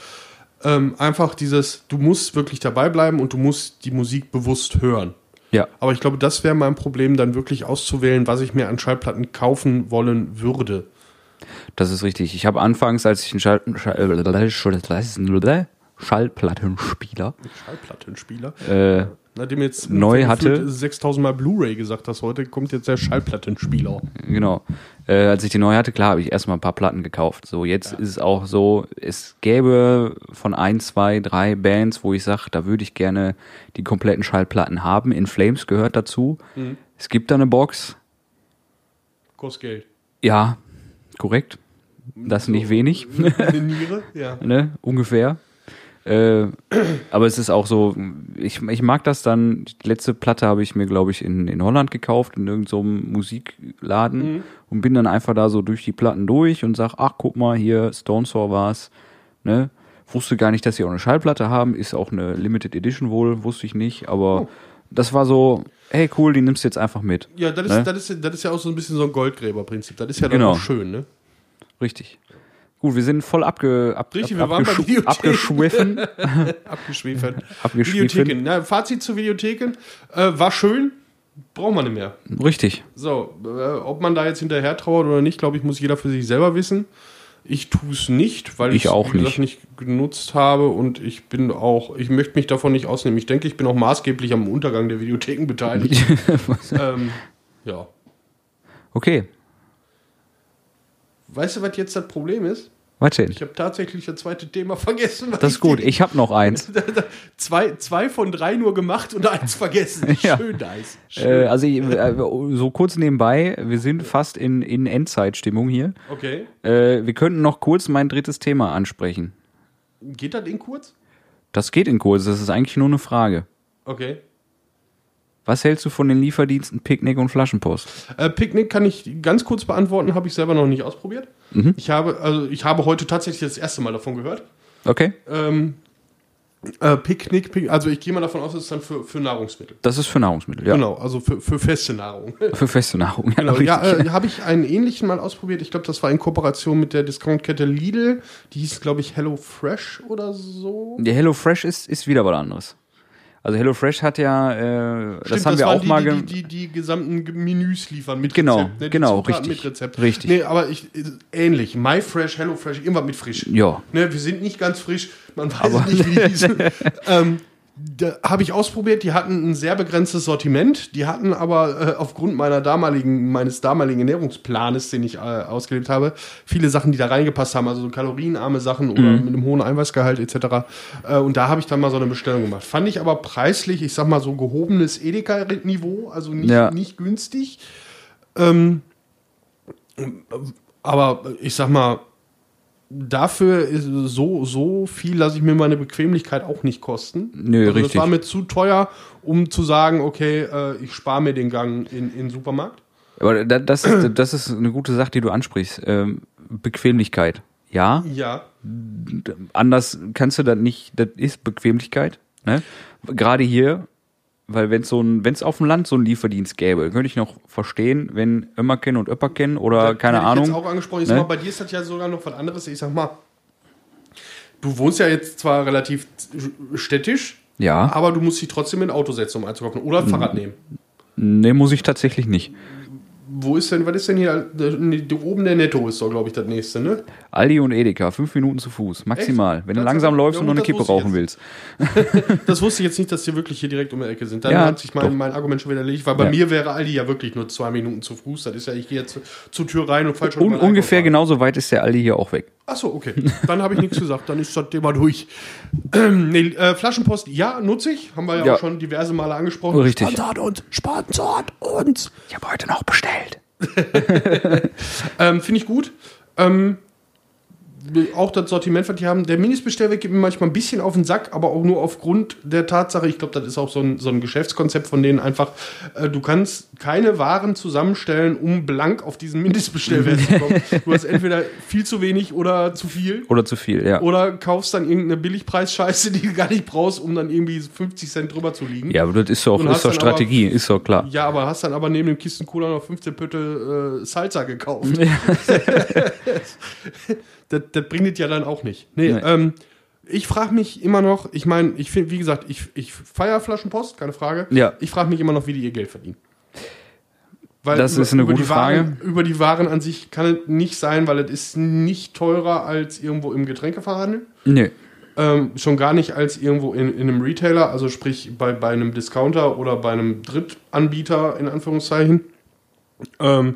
[SPEAKER 2] Ähm, einfach dieses, du musst wirklich dabei bleiben und du musst die Musik bewusst hören.
[SPEAKER 1] Ja.
[SPEAKER 2] Aber ich glaube, das wäre mein Problem, dann wirklich auszuwählen, was ich mir an Schallplatten kaufen wollen würde.
[SPEAKER 1] Das ist richtig. Ich habe anfangs, als ich einen Schall, Schall, Schall, Schall, Schall, Schallplattenspieler
[SPEAKER 2] Schallplattenspieler.
[SPEAKER 1] äh,
[SPEAKER 2] Nachdem jetzt
[SPEAKER 1] Neu
[SPEAKER 2] gefühlt
[SPEAKER 1] hatte.
[SPEAKER 2] 6000 Mal Blu-ray gesagt hast heute, kommt jetzt der Schallplattenspieler.
[SPEAKER 1] Genau. Äh, als ich die neu hatte, klar, habe ich erstmal ein paar Platten gekauft. So, jetzt ist es auch so, es gäbe von ein, zwei, drei Bands, wo ich sage, da würde ich gerne die kompletten Schallplatten haben. In Flames gehört dazu. Es gibt da eine Box.
[SPEAKER 2] Kostet Geld.
[SPEAKER 1] Ja, korrekt. Das ist nicht wenig,
[SPEAKER 2] Eine Niere? Ja.
[SPEAKER 1] ne? Ungefähr. Äh, aber es ist auch so, ich, ich mag das dann. Die letzte Platte habe ich mir, glaube ich, in, in Holland gekauft, in irgendeinem Musikladen
[SPEAKER 2] Mhm.
[SPEAKER 1] und bin dann einfach da so durch die Platten durch und sag, ach, guck mal, hier, Stone Sour war's, ne? Wusste gar nicht, dass sie auch eine Schallplatte haben, ist auch eine Limited Edition wohl, wusste ich nicht, aber
[SPEAKER 2] Oh.
[SPEAKER 1] das war so, hey, cool, die nimmst du jetzt einfach mit.
[SPEAKER 2] Ja, das ist,
[SPEAKER 1] Ne?
[SPEAKER 2] das, ist, das ist ja auch so ein bisschen so ein Goldgräberprinzip. Das ist ja dann
[SPEAKER 1] Genau.
[SPEAKER 2] auch schön, ne?
[SPEAKER 1] Richtig. Gut, wir sind voll abge, ab,
[SPEAKER 2] Richtig,
[SPEAKER 1] ab,
[SPEAKER 2] wir waren bei
[SPEAKER 1] abgeschw abgeschwiffen.
[SPEAKER 2] Videotheken. Abgeschwefelt.
[SPEAKER 1] Abgeschwefelt.
[SPEAKER 2] Videotheken. Na, Fazit zu Videotheken. Äh, war schön, braucht man nicht mehr.
[SPEAKER 1] Richtig.
[SPEAKER 2] So, äh, ob man da jetzt hinterher trauert oder nicht, glaube ich, muss jeder für sich selber wissen. Ich tue es nicht, weil
[SPEAKER 1] Ich
[SPEAKER 2] ich's,
[SPEAKER 1] auch
[SPEAKER 2] wie gesagt, nicht genutzt habe und ich bin auch, ich möchte mich davon nicht ausnehmen. Ich denke, ich bin auch maßgeblich am Untergang der Videotheken beteiligt. ähm, ja.
[SPEAKER 1] okay,
[SPEAKER 2] Weißt du, was jetzt das Problem ist?
[SPEAKER 1] was denn?
[SPEAKER 2] Ich habe tatsächlich das zweite Thema vergessen. was
[SPEAKER 1] Das ist
[SPEAKER 2] ich
[SPEAKER 1] gut,
[SPEAKER 2] dir-
[SPEAKER 1] ich habe noch eins.
[SPEAKER 2] Zwei, zwei von drei nur gemacht und eins vergessen.
[SPEAKER 1] Ja.
[SPEAKER 2] Schön nice. Schön.
[SPEAKER 1] Äh, also ich- äh, so kurz nebenbei, wir sind fast in, in Endzeitstimmung hier.
[SPEAKER 2] okay.
[SPEAKER 1] Äh, wir könnten noch kurz mein drittes Thema ansprechen.
[SPEAKER 2] Geht das in kurz?
[SPEAKER 1] Das geht in kurz, das ist eigentlich nur eine Frage.
[SPEAKER 2] Okay.
[SPEAKER 1] Was hältst du von den Lieferdiensten Picknick und Flaschenpost?
[SPEAKER 2] Äh, Picknick kann ich ganz kurz beantworten, habe ich selber noch nicht ausprobiert.
[SPEAKER 1] Mhm.
[SPEAKER 2] Ich habe, also ich habe heute tatsächlich das erste Mal davon gehört.
[SPEAKER 1] Okay,
[SPEAKER 2] Ähm, äh, Picknick, Pick, also ich gehe mal davon aus, es ist dann für, für Nahrungsmittel.
[SPEAKER 1] das ist für Nahrungsmittel, ja.
[SPEAKER 2] Genau, also für, für feste Nahrung.
[SPEAKER 1] Für feste Nahrung, ja,
[SPEAKER 2] äh, Genau,
[SPEAKER 1] richtig.
[SPEAKER 2] ja, äh, habe ich einen ähnlichen mal ausprobiert. Ich glaube, das war in Kooperation mit der Discountkette Lidl. Die hieß, glaube ich, Hello Fresh oder so.
[SPEAKER 1] Der Hello Fresh ist, ist wieder was anderes. Also Hello Fresh hat ja, äh, das haben wir
[SPEAKER 2] waren
[SPEAKER 1] auch
[SPEAKER 2] die,
[SPEAKER 1] mal ge-
[SPEAKER 2] die, die, die, die gesamten Ge- Menüs liefern mit
[SPEAKER 1] Genau,
[SPEAKER 2] Rezept. ne? Die
[SPEAKER 1] genau,
[SPEAKER 2] Zutaten
[SPEAKER 1] richtig,
[SPEAKER 2] Mit Rezept.
[SPEAKER 1] richtig.
[SPEAKER 2] Nee, aber ich, ähnlich. MyFresh, HelloFresh, irgendwas mit frisch.
[SPEAKER 1] Ja.
[SPEAKER 2] Ne, wir sind nicht ganz frisch, man weiß nicht, wie die hießen. ähm, da habe ich ausprobiert, die hatten ein sehr begrenztes Sortiment, die hatten aber äh, aufgrund meiner damaligen, meines damaligen Ernährungsplanes, den ich äh, ausgelebt habe, viele Sachen, die da reingepasst haben, also so kalorienarme Sachen oder mit einem hohen Eiweißgehalt etc. Äh, und da habe ich dann mal so eine Bestellung gemacht. Fand ich aber preislich, ich sag mal so gehobenes Edeka-Niveau, also nicht,
[SPEAKER 1] Ja.
[SPEAKER 2] nicht günstig. Ähm, aber ich sag mal, dafür ist so, so viel lasse ich mir meine Bequemlichkeit auch nicht kosten. Also
[SPEAKER 1] Nö, richtig.
[SPEAKER 2] Das war mir zu teuer, um zu sagen, okay, äh, ich spare mir den Gang in in den Supermarkt.
[SPEAKER 1] Aber da- das ist, das ist eine gute Sache, die du ansprichst. Ähm, Bequemlichkeit. Ja,
[SPEAKER 2] Ja.
[SPEAKER 1] anders kannst du das nicht, das ist Bequemlichkeit. Ne? Gerade hier, weil wenn es so ein, wenn es auf dem Land so einen Lieferdienst gäbe, könnte ich noch verstehen, wenn Ömmerken und Öpperken oder
[SPEAKER 2] Das
[SPEAKER 1] keine
[SPEAKER 2] hätte ich
[SPEAKER 1] Ahnung.
[SPEAKER 2] Jetzt auch angesprochen. Ich sag
[SPEAKER 1] Ne?
[SPEAKER 2] mal, bei dir ist das ja sogar noch was anderes. Ich sag mal, du wohnst ja jetzt zwar relativ städtisch,
[SPEAKER 1] ja, Mhm.
[SPEAKER 2] aber du musst dich trotzdem in ein Auto setzen, um einzukaufen oder ein Fahrrad nehmen.
[SPEAKER 1] ne, muss ich tatsächlich nicht.
[SPEAKER 2] Wo ist denn, was ist denn hier? Nee, da Oben der Netto ist doch, glaube ich, das nächste, ne?
[SPEAKER 1] Aldi und Edeka, fünf Minuten zu Fuß, maximal.
[SPEAKER 2] Echt?
[SPEAKER 1] Wenn du
[SPEAKER 2] Das-
[SPEAKER 1] langsam läufst
[SPEAKER 2] Ja,
[SPEAKER 1] und
[SPEAKER 2] gut,
[SPEAKER 1] noch eine
[SPEAKER 2] das
[SPEAKER 1] Kippe
[SPEAKER 2] wusste ich
[SPEAKER 1] rauchen willst.
[SPEAKER 2] Das wusste ich jetzt nicht, dass die wirklich hier direkt um die Ecke sind. Dann
[SPEAKER 1] Ja,
[SPEAKER 2] hat sich
[SPEAKER 1] doch.
[SPEAKER 2] mein, mein Argument schon wieder erledigt, weil bei
[SPEAKER 1] Ja.
[SPEAKER 2] mir wäre Aldi ja wirklich nur zwei Minuten zu Fuß. Das ist ja, ich gehe jetzt zur Tür rein und fall schon
[SPEAKER 1] Und
[SPEAKER 2] über den
[SPEAKER 1] ungefähr
[SPEAKER 2] Einkauf
[SPEAKER 1] genauso weit ist der Aldi hier auch weg.
[SPEAKER 2] rein. Achso, okay. Dann habe ich nichts gesagt. Dann ist das Thema durch. Ähm, nee, äh, Flaschenpost, ja, nutze ich. Haben wir ja,
[SPEAKER 1] Ja.
[SPEAKER 2] auch schon diverse Male angesprochen.
[SPEAKER 1] Richtig.
[SPEAKER 2] Sponsort uns. Sponsort uns.
[SPEAKER 1] Ich habe heute noch bestellt.
[SPEAKER 2] Ähm, Finde ich gut. Ähm, auch das Sortiment, was die haben. Der Mindestbestellweg geht mir manchmal ein bisschen auf den Sack, aber auch nur aufgrund der Tatsache, ich glaube, das ist auch so ein, so ein Geschäftskonzept von denen einfach, äh, du kannst keine Waren zusammenstellen, um blank auf diesen Mindestbestellwert zu kommen. Du hast entweder viel zu wenig oder zu viel.
[SPEAKER 1] Oder zu viel, ja.
[SPEAKER 2] Oder kaufst dann irgendeine Billigpreisscheiße, die du gar nicht brauchst, um dann irgendwie 50 Cent drüber zu liegen.
[SPEAKER 1] Ja, aber das ist doch,
[SPEAKER 2] Und
[SPEAKER 1] ist
[SPEAKER 2] hast
[SPEAKER 1] doch
[SPEAKER 2] dann aber-
[SPEAKER 1] Strategie, ist doch klar.
[SPEAKER 2] Ja, aber hast dann aber neben dem Kisten Cola noch 15 Pötte äh, Salsa gekauft. das, das bringt es ja dann auch nicht. Nee,
[SPEAKER 1] Nee.
[SPEAKER 2] Ähm, ich frage mich immer noch, ich meine, ich finde, wie gesagt, ich, ich feiere Flaschenpost, keine Frage.
[SPEAKER 1] Ja.
[SPEAKER 2] Ich frage mich immer noch, wie die ihr Geld verdienen. Weil
[SPEAKER 1] Das ist eine
[SPEAKER 2] die
[SPEAKER 1] gute
[SPEAKER 2] Waren, Über die Waren an sich kann es nicht sein, weil es ist nicht teurer als irgendwo im Getränkeverhandel.
[SPEAKER 1] Nee.
[SPEAKER 2] Ähm, schon gar nicht als irgendwo in, in einem Retailer, also sprich bei, bei einem Discounter oder bei einem Drittanbieter in Anführungszeichen. Ähm,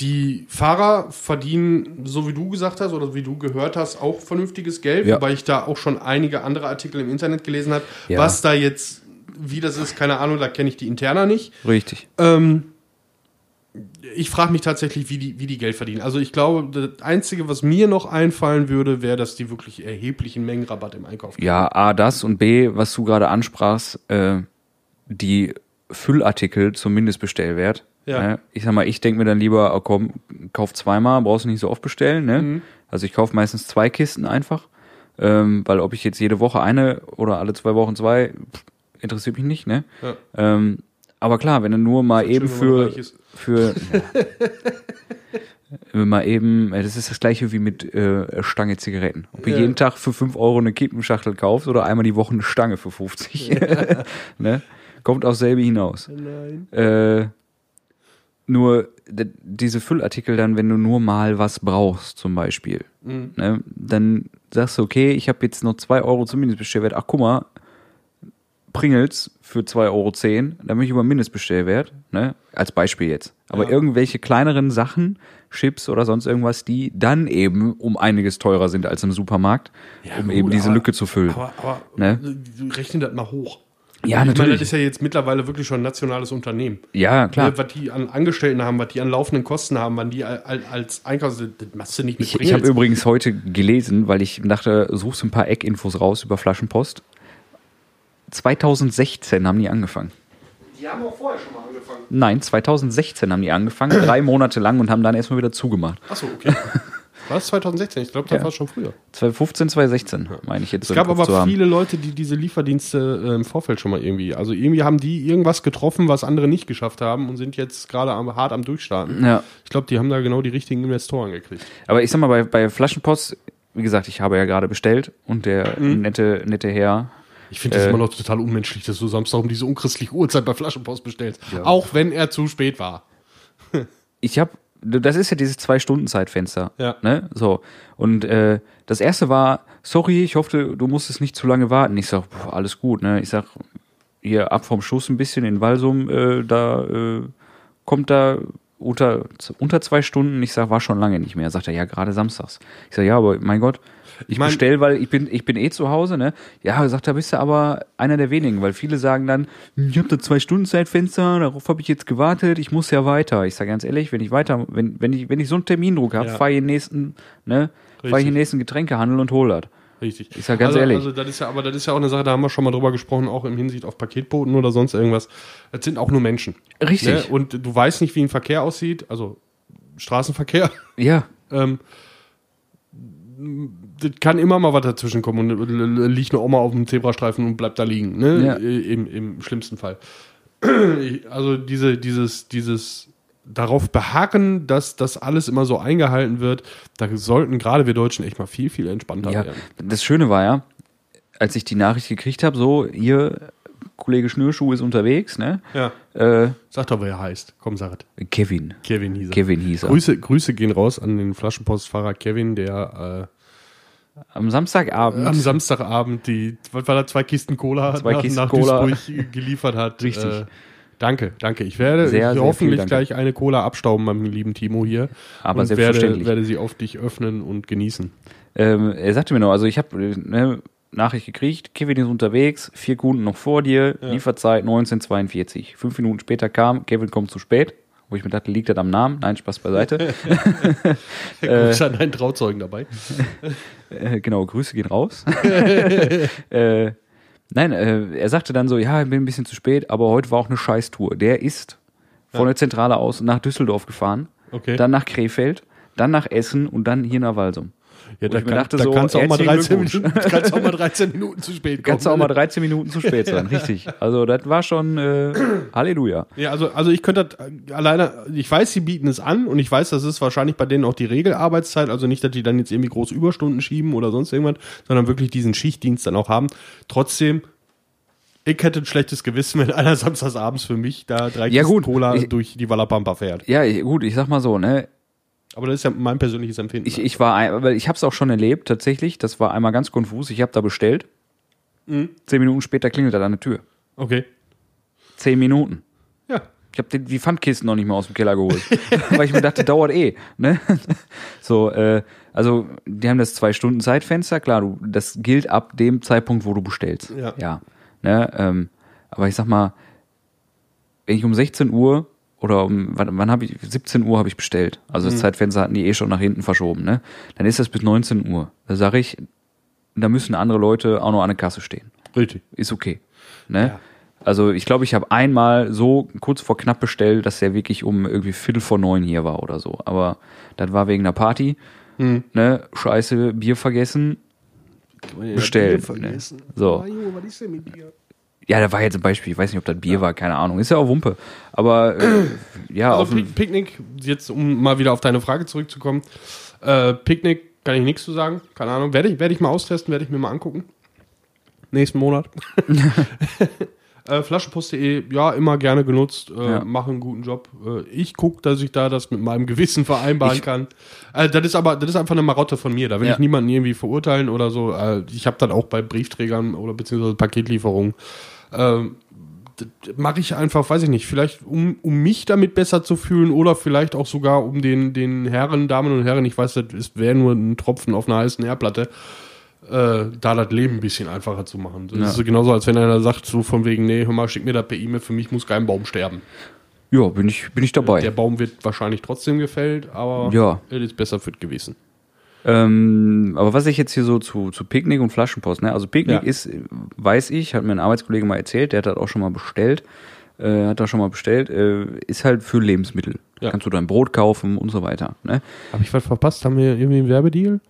[SPEAKER 2] die Fahrer verdienen, so wie du gesagt hast oder wie du gehört hast, auch vernünftiges Geld,
[SPEAKER 1] Ja.
[SPEAKER 2] wobei ich da auch schon einige andere Artikel im Internet gelesen habe.
[SPEAKER 1] Ja.
[SPEAKER 2] Was da jetzt, wie das ist, keine Ahnung, da kenne ich die Interna nicht.
[SPEAKER 1] Richtig.
[SPEAKER 2] Ähm, ich frage mich tatsächlich, wie die, wie die Geld verdienen. Also ich glaube, das Einzige, was mir noch einfallen würde, wäre, dass die wirklich erheblichen Mengen Rabatt im Einkauf geben.
[SPEAKER 1] Ja, A, das und B, was du gerade ansprachst, äh, die Füllartikel zum Mindestbestellwert.
[SPEAKER 2] Ja.
[SPEAKER 1] Ne? Ich sag mal, ich denke mir dann lieber, oh komm, kauf zweimal, brauchst du nicht so oft bestellen. Ne?
[SPEAKER 2] Mhm.
[SPEAKER 1] Also ich kaufe meistens zwei Kisten einfach, ähm, weil ob ich jetzt jede Woche eine oder alle zwei Wochen zwei, pff, interessiert mich nicht. Ne?
[SPEAKER 2] Ja.
[SPEAKER 1] Ähm, aber klar, wenn du nur mal
[SPEAKER 2] Schön,
[SPEAKER 1] eben
[SPEAKER 2] wenn man
[SPEAKER 1] für,
[SPEAKER 2] reich ist.
[SPEAKER 1] für ja. Wenn man eben, äh, das ist das gleiche wie mit äh, Stange Zigaretten. Ob du
[SPEAKER 2] Ja.
[SPEAKER 1] jeden Tag für 5 Euro eine Kippenschachtel kaufst oder einmal die Woche eine Stange für 50. ne? Kommt aufs selbe hinaus.
[SPEAKER 2] Nein.
[SPEAKER 1] Äh, nur d- diese Füllartikel dann, wenn du nur mal was brauchst, zum Beispiel,
[SPEAKER 2] Mhm.
[SPEAKER 1] ne? dann sagst du, okay, ich habe jetzt noch 2 Euro zum Mindestbestellwert. Ach, guck mal, Pringles für 2,10 Euro, dann bin ich über Mindestbestellwert, ne? als Beispiel jetzt. Aber
[SPEAKER 2] Ja.
[SPEAKER 1] irgendwelche kleineren Sachen, Chips oder sonst irgendwas, die dann eben um einiges teurer sind als im Supermarkt, um
[SPEAKER 2] gut,
[SPEAKER 1] eben diese
[SPEAKER 2] aber-
[SPEAKER 1] Lücke zu füllen.
[SPEAKER 2] Aber, aber
[SPEAKER 1] Ne?
[SPEAKER 2] du rechne das mal hoch.
[SPEAKER 1] Ja,
[SPEAKER 2] Ich meine,
[SPEAKER 1] natürlich.
[SPEAKER 2] das ist ja jetzt mittlerweile wirklich schon ein nationales Unternehmen.
[SPEAKER 1] ja, klar.
[SPEAKER 2] Ne, Was die an Angestellten haben, was die an laufenden Kosten haben, wann die al- al- als Einkaufs... Das machst du nicht mit
[SPEAKER 1] Ich, ich habe
[SPEAKER 2] Pringles.
[SPEAKER 1] übrigens heute gelesen, weil ich dachte, suchst ein paar Eckinfos raus über Flaschenpost. 2016 haben die angefangen.
[SPEAKER 2] Die haben auch vorher schon mal angefangen.
[SPEAKER 1] Nein, 2016 haben die angefangen, drei Monate lang und haben dann erstmal wieder zugemacht.
[SPEAKER 2] Achso, okay. War es 2016? Ich glaube, das
[SPEAKER 1] Ja.
[SPEAKER 2] war schon früher.
[SPEAKER 1] 2015, 2016 meine ich jetzt.
[SPEAKER 2] Es
[SPEAKER 1] so im
[SPEAKER 2] gab
[SPEAKER 1] Kopf zu
[SPEAKER 2] aber
[SPEAKER 1] haben.
[SPEAKER 2] viele Leute, die diese Lieferdienste äh, im Vorfeld schon mal irgendwie, also irgendwie haben die irgendwas getroffen, was andere nicht geschafft haben und sind jetzt gerade am, hart am Durchstarten.
[SPEAKER 1] Ja.
[SPEAKER 2] Ich glaube, die haben da genau die richtigen Investoren gekriegt.
[SPEAKER 1] Aber ich sag mal, bei, bei Flaschenpost, wie gesagt, ich habe ja gerade bestellt und der nette, nette Herr.
[SPEAKER 2] Ich finde das
[SPEAKER 1] Äh.
[SPEAKER 2] immer noch total unmenschlich, dass du Samstag um diese unchristliche Uhrzeit bei Flaschenpost bestellst. Auch wenn er zu spät war.
[SPEAKER 1] Ich habe, das ist ja dieses Zwei-Stunden-Zeitfenster.
[SPEAKER 2] Ja.
[SPEAKER 1] Ne? So. Und äh, das erste war, sorry, ich hoffe, du musstest nicht zu lange warten. Ich sag, pf, alles gut, ne? Ich sag, hier ab vom Schuss ein bisschen in Walsum, äh, da äh, kommt da unter, unter zwei Stunden. Ich sag, war schon lange nicht mehr. Sagt er, ja, gerade samstags. Ich sag, ja, aber mein Gott, ich
[SPEAKER 2] mein-
[SPEAKER 1] bestell, weil ich bin, ich bin eh zu Hause, ne? Ja, sagt er, bist du aber einer der wenigen, weil viele sagen dann, hm, ich habe da zwei Stunden Zeitfenster, darauf habe ich jetzt gewartet, ich muss ja weiter. Ich sag ganz ehrlich, wenn ich weiter, wenn, wenn ich, wenn ich so einen Termindruck habe,
[SPEAKER 2] Ja.
[SPEAKER 1] fahr ich in den nächsten, ne? Fahr ich in den
[SPEAKER 2] Richtig.
[SPEAKER 1] nächsten Getränkehandel und hol das.
[SPEAKER 2] Richtig.
[SPEAKER 1] Ich sag ganz
[SPEAKER 2] also,
[SPEAKER 1] ehrlich.
[SPEAKER 2] Also das ist ja, aber das ist ja auch eine Sache, da haben wir schon mal drüber gesprochen, auch im Hinsicht auf Paketboten oder sonst irgendwas. Das sind auch nur Menschen. Ne?
[SPEAKER 1] Richtig.
[SPEAKER 2] Und du weißt nicht, wie ein Verkehr aussieht, also Straßenverkehr.
[SPEAKER 1] Ja.
[SPEAKER 2] Ähm, das kann immer mal was dazwischen kommen und äh, liegt eine Oma auf dem Zebrastreifen und bleibt da liegen, ne?
[SPEAKER 1] Ja.
[SPEAKER 2] Äh, Im, Im schlimmsten Fall. Ich- Also diese, dieses, dieses darauf beharren, dass das alles immer so eingehalten wird, da sollten gerade wir Deutschen echt mal viel, viel entspannter
[SPEAKER 1] Ja,
[SPEAKER 2] werden.
[SPEAKER 1] das Schöne war ja, als ich die Nachricht gekriegt habe, so, hier, Kollege Schnürschuh ist unterwegs, ne?
[SPEAKER 2] Ja.
[SPEAKER 1] Äh,
[SPEAKER 2] Sag doch, wer er heißt. Komm, sag es.
[SPEAKER 1] Kevin.
[SPEAKER 2] Kevin hieß er.
[SPEAKER 1] Kevin hieß er.
[SPEAKER 2] Grüße, Grüße gehen raus an den Flaschenpostfahrer Kevin, der
[SPEAKER 1] Am
[SPEAKER 2] äh, am
[SPEAKER 1] Samstagabend.
[SPEAKER 2] Samstagabend die, was war da, zwei Kisten Cola
[SPEAKER 1] Zwei
[SPEAKER 2] nach,
[SPEAKER 1] Kisten
[SPEAKER 2] nach
[SPEAKER 1] Cola.
[SPEAKER 2] Duisburg geliefert hat.
[SPEAKER 1] Richtig.
[SPEAKER 2] Äh, danke, danke. Ich werde
[SPEAKER 1] Sehr, sehr
[SPEAKER 2] hoffentlich
[SPEAKER 1] viel danke.
[SPEAKER 2] gleich eine Cola abstauben, meinem lieben Timo hier.
[SPEAKER 1] Aber
[SPEAKER 2] und werde,
[SPEAKER 1] selbstverständlich.
[SPEAKER 2] werde sie auf dich öffnen und genießen.
[SPEAKER 1] ähm, er sagte mir noch, also ich habe ne, Nachricht gekriegt, Kevin ist unterwegs, vier Kunden noch vor dir, Lieferzeit 1942. Fünf Minuten später kam, Kevin kommt zu spät, wo ich mir dachte, liegt das am Namen? Nein, Spaß beiseite.
[SPEAKER 2] Grüße an deinen Trauzeugen dabei.
[SPEAKER 1] äh, genau, Grüße gehen raus. äh, nein, äh, er sagte dann so, ja, ich bin ein bisschen zu spät, aber heute war auch eine Scheißtour. Der ist von der Zentrale aus nach Düsseldorf gefahren,
[SPEAKER 2] Okay.
[SPEAKER 1] dann nach Krefeld, dann nach Essen und dann hier nach Walsum.
[SPEAKER 2] ja, da,
[SPEAKER 1] ich mir
[SPEAKER 2] kann,
[SPEAKER 1] dachte
[SPEAKER 2] da
[SPEAKER 1] so,
[SPEAKER 2] kannst du auch mal
[SPEAKER 1] herzlichen
[SPEAKER 2] 13
[SPEAKER 1] Glückwunsch.
[SPEAKER 2] Minuten, kannst auch mal 13 Minuten zu spät kommen.
[SPEAKER 1] Kannst du auch mal 13 Minuten zu spät sein, richtig. Also das war schon äh, Halleluja.
[SPEAKER 2] Ja, also, also ich könnte das alleine, ich weiß, sie bieten es an und ich weiß, das ist wahrscheinlich bei denen auch die Regelarbeitszeit, also nicht, dass die dann jetzt irgendwie große Überstunden schieben oder sonst irgendwas, sondern wirklich diesen Schichtdienst dann auch haben. Trotzdem, ich hätte ein schlechtes Gewissen, wenn einer samstags abends für mich da drei
[SPEAKER 1] Ja,
[SPEAKER 2] Kisten
[SPEAKER 1] gut,
[SPEAKER 2] Cola
[SPEAKER 1] ich-
[SPEAKER 2] durch die Wallapampa fährt.
[SPEAKER 1] Ja, ich, gut, ich sag mal so, ne?
[SPEAKER 2] Aber das ist ja mein persönliches Empfinden.
[SPEAKER 1] Ich, ich war, ein- weil ich habe es auch schon erlebt, tatsächlich. Das war einmal ganz konfus. Ich habe da bestellt.
[SPEAKER 2] Mhm.
[SPEAKER 1] Zehn Minuten später klingelt da an der Tür.
[SPEAKER 2] okay.
[SPEAKER 1] Zehn Minuten.
[SPEAKER 2] Ja.
[SPEAKER 1] Ich habe die Pfandkisten noch nicht mal aus dem Keller geholt, weil ich mir dachte, dauert eh. Ne? So, äh, also die haben das zwei Stunden Zeitfenster, klar, du, das gilt ab dem Zeitpunkt, wo du bestellst.
[SPEAKER 2] Ja.
[SPEAKER 1] ne? ähm, aber ich sag mal, wenn ich um 16 Uhr oder um wann, wann habe ich 17 Uhr habe ich bestellt. Also das Zeitfenster hatten die eh schon nach hinten verschoben, ne? Dann ist das bis 19 Uhr. Da sage ich, da müssen andere Leute auch noch an der Kasse stehen
[SPEAKER 2] Richtig.
[SPEAKER 1] ist okay. Ne?
[SPEAKER 2] Ja.
[SPEAKER 1] Also ich glaube, ich habe einmal so kurz vor knapp bestellt, dass der wirklich um irgendwie Viertel vor neun hier war oder so. Aber das war wegen einer Party.
[SPEAKER 2] Hm.
[SPEAKER 1] Ne? Scheiße, Bier vergessen. Bestellt,
[SPEAKER 2] Vergessen.
[SPEAKER 1] ne? So.
[SPEAKER 2] Ah, Junge, was ist denn mit dir?
[SPEAKER 1] Ja, da war jetzt ein Beispiel. Ich weiß nicht, ob das Bier war, keine Ahnung. Ist ja auch Wumpe. Aber äh, ja, auf
[SPEAKER 2] Also
[SPEAKER 1] dem,
[SPEAKER 2] Pick Picknick, jetzt um mal wieder auf deine Frage zurückzukommen. Äh, Picknick kann ich nichts zu sagen. Keine Ahnung. Werde ich, werde ich mal austesten, werde ich mir mal angucken. Nächsten Monat. äh, Flaschenpost.de, ja, immer gerne genutzt. Äh,
[SPEAKER 1] Ja.
[SPEAKER 2] Machen einen guten Job. Äh, ich gucke, dass ich da das mit meinem Gewissen vereinbaren
[SPEAKER 1] Ich-
[SPEAKER 2] kann. Äh, das ist aber, das ist einfach eine Marotte von mir. Da will
[SPEAKER 1] Ja.
[SPEAKER 2] ich niemanden irgendwie verurteilen oder so. Äh, ich habe dann auch bei Briefträgern oder beziehungsweise Paketlieferungen. Ähm, mache ich einfach, weiß ich nicht, vielleicht um, um mich damit besser zu fühlen oder vielleicht auch sogar um den, den Herren, Damen und Herren, ich weiß, das ist- wäre nur ein Tropfen auf einer heißen Erdplatte, äh, da das Leben ein bisschen einfacher zu machen. Das
[SPEAKER 1] Ja.
[SPEAKER 2] ist so genauso, als wenn einer sagt, so von wegen, nee, hör mal, schick mir da per E-Mail, für mich muss kein Baum sterben.
[SPEAKER 1] ja, bin ich, bin ich
[SPEAKER 2] Der
[SPEAKER 1] dabei.
[SPEAKER 2] Baum wird wahrscheinlich trotzdem gefällt, aber
[SPEAKER 1] Ja.
[SPEAKER 2] es ist besser für das Gewissen.
[SPEAKER 1] Ähm, aber was ich jetzt hier so zu, zu Picknick und Flaschenpost, ne? Also Picknick
[SPEAKER 2] Ja.
[SPEAKER 1] ist, äh, weiß ich, hat mir ein Arbeitskollege mal erzählt, der hat das auch schon mal bestellt, äh, hat da schon mal bestellt, äh, ist halt für Lebensmittel.
[SPEAKER 2] Ja.
[SPEAKER 1] Kannst du dein Brot kaufen und so weiter. Ne?
[SPEAKER 2] Habe ich was verpasst? Haben wir irgendwie einen Werbedeal?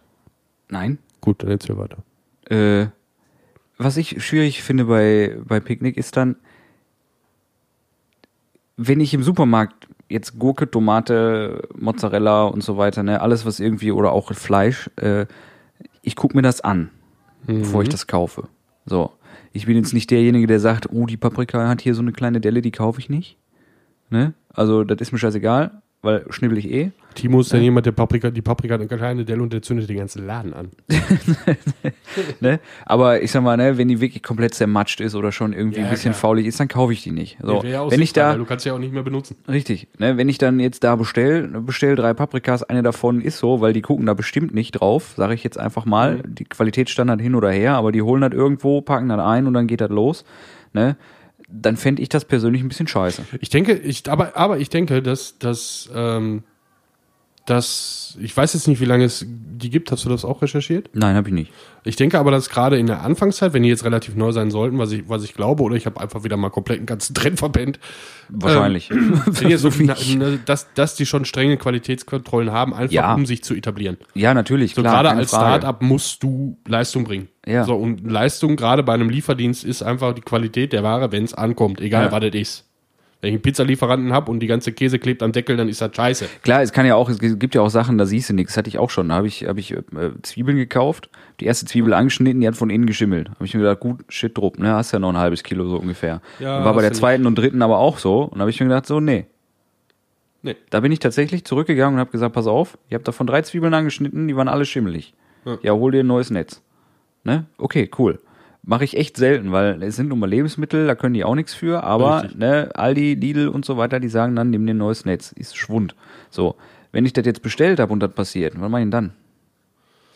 [SPEAKER 1] Nein.
[SPEAKER 2] Gut, dann erzähl weiter.
[SPEAKER 1] Äh, was ich schwierig finde bei, bei Picknick ist dann, wenn ich im Supermarkt jetzt Gurke, Tomate, Mozzarella und so weiter, ne, alles was irgendwie oder auch Fleisch, äh, ich gucke mir das an, bevor ich das kaufe. So. Ich bin jetzt nicht derjenige, der sagt, oh, die Paprika hat hier so eine kleine Delle, die kaufe ich nicht. Ne? Also, das ist mir scheißegal, weil schnibbel ich eh.
[SPEAKER 2] Timo ist dann jemand, der Paprika, die Paprika hat eine kleine Delle und der zündet den ganzen Laden an.
[SPEAKER 1] Ne? Aber ich sag mal, ne, wenn die wirklich komplett zermatscht ist oder schon irgendwie
[SPEAKER 2] Ja,
[SPEAKER 1] ein bisschen
[SPEAKER 2] klar.
[SPEAKER 1] faulig ist, dann kaufe ich die nicht. So,
[SPEAKER 2] Die wäre ja auch
[SPEAKER 1] wenn ich
[SPEAKER 2] sinnvoll,
[SPEAKER 1] da,
[SPEAKER 2] weil Du kannst sie ja auch nicht mehr benutzen.
[SPEAKER 1] richtig, ne, wenn ich dann jetzt da bestell, bestell drei Paprikas, eine davon ist so, weil die gucken da bestimmt nicht drauf, sage ich jetzt einfach mal,
[SPEAKER 2] Mhm.
[SPEAKER 1] die Qualitätsstandard hin oder her, aber die holen das irgendwo, packen das ein und dann geht das los, ne, dann fände ich das persönlich ein bisschen scheiße.
[SPEAKER 2] Ich denke, ich, aber, aber ich denke, dass, dass, ähm, dass, ich weiß jetzt nicht, wie lange es die gibt. Hast du das auch recherchiert?
[SPEAKER 1] Nein, habe ich nicht.
[SPEAKER 2] Ich denke aber, dass gerade in der Anfangszeit, wenn die jetzt relativ neu sein sollten, was ich, was ich glaube, oder ich habe einfach wieder mal komplett einen ganzen Trend verpennt,
[SPEAKER 1] Wahrscheinlich.
[SPEAKER 2] wenn jetzt so,
[SPEAKER 1] wie
[SPEAKER 2] na,
[SPEAKER 1] ich.
[SPEAKER 2] na, dass, dass die schon strenge Qualitätskontrollen haben, einfach
[SPEAKER 1] Ja.
[SPEAKER 2] um sich zu etablieren.
[SPEAKER 1] ja, natürlich,
[SPEAKER 2] So
[SPEAKER 1] klar.
[SPEAKER 2] gerade
[SPEAKER 1] keine
[SPEAKER 2] als
[SPEAKER 1] Frage.
[SPEAKER 2] Startup musst du Leistung bringen.
[SPEAKER 1] Ja.
[SPEAKER 2] So, und Leistung gerade bei einem Lieferdienst ist einfach die Qualität der Ware, wenn es ankommt, egal
[SPEAKER 1] Ja.
[SPEAKER 2] was das ist. Wenn ich einen Pizzalieferanten habe und die ganze Käse klebt am Deckel, dann ist das scheiße.
[SPEAKER 1] Klar, es kann ja auch, es gibt ja auch Sachen, da siehst du nichts. Hatte ich auch schon. Da habe ich, habe ich äh, Zwiebeln gekauft, die erste Zwiebel angeschnitten, die hat von innen geschimmelt. Habe ich mir gedacht, gut, shit drupp, ne? Hast ja noch ein halbes Kilo so ungefähr.
[SPEAKER 2] Ja,
[SPEAKER 1] War bei
[SPEAKER 2] hast
[SPEAKER 1] der
[SPEAKER 2] du
[SPEAKER 1] zweiten und dritten aber auch so. Und da habe ich mir gedacht, so, nee.
[SPEAKER 2] Nee.
[SPEAKER 1] Da bin ich tatsächlich zurückgegangen und habe gesagt, pass auf, ihr habt davon drei Zwiebeln angeschnitten, die waren alle schimmelig. Ja, hol dir ein neues Netz. Ne? Okay, cool. Mache ich echt selten, weil es sind nun mal Lebensmittel, da können die auch nichts für, aber
[SPEAKER 2] Richtig.
[SPEAKER 1] ne, Aldi, Lidl und so weiter, die sagen dann, nimm dir ein neues Netz. Ist Schwund. So, wenn ich das jetzt bestellt habe und das passiert, was mache ich denn dann?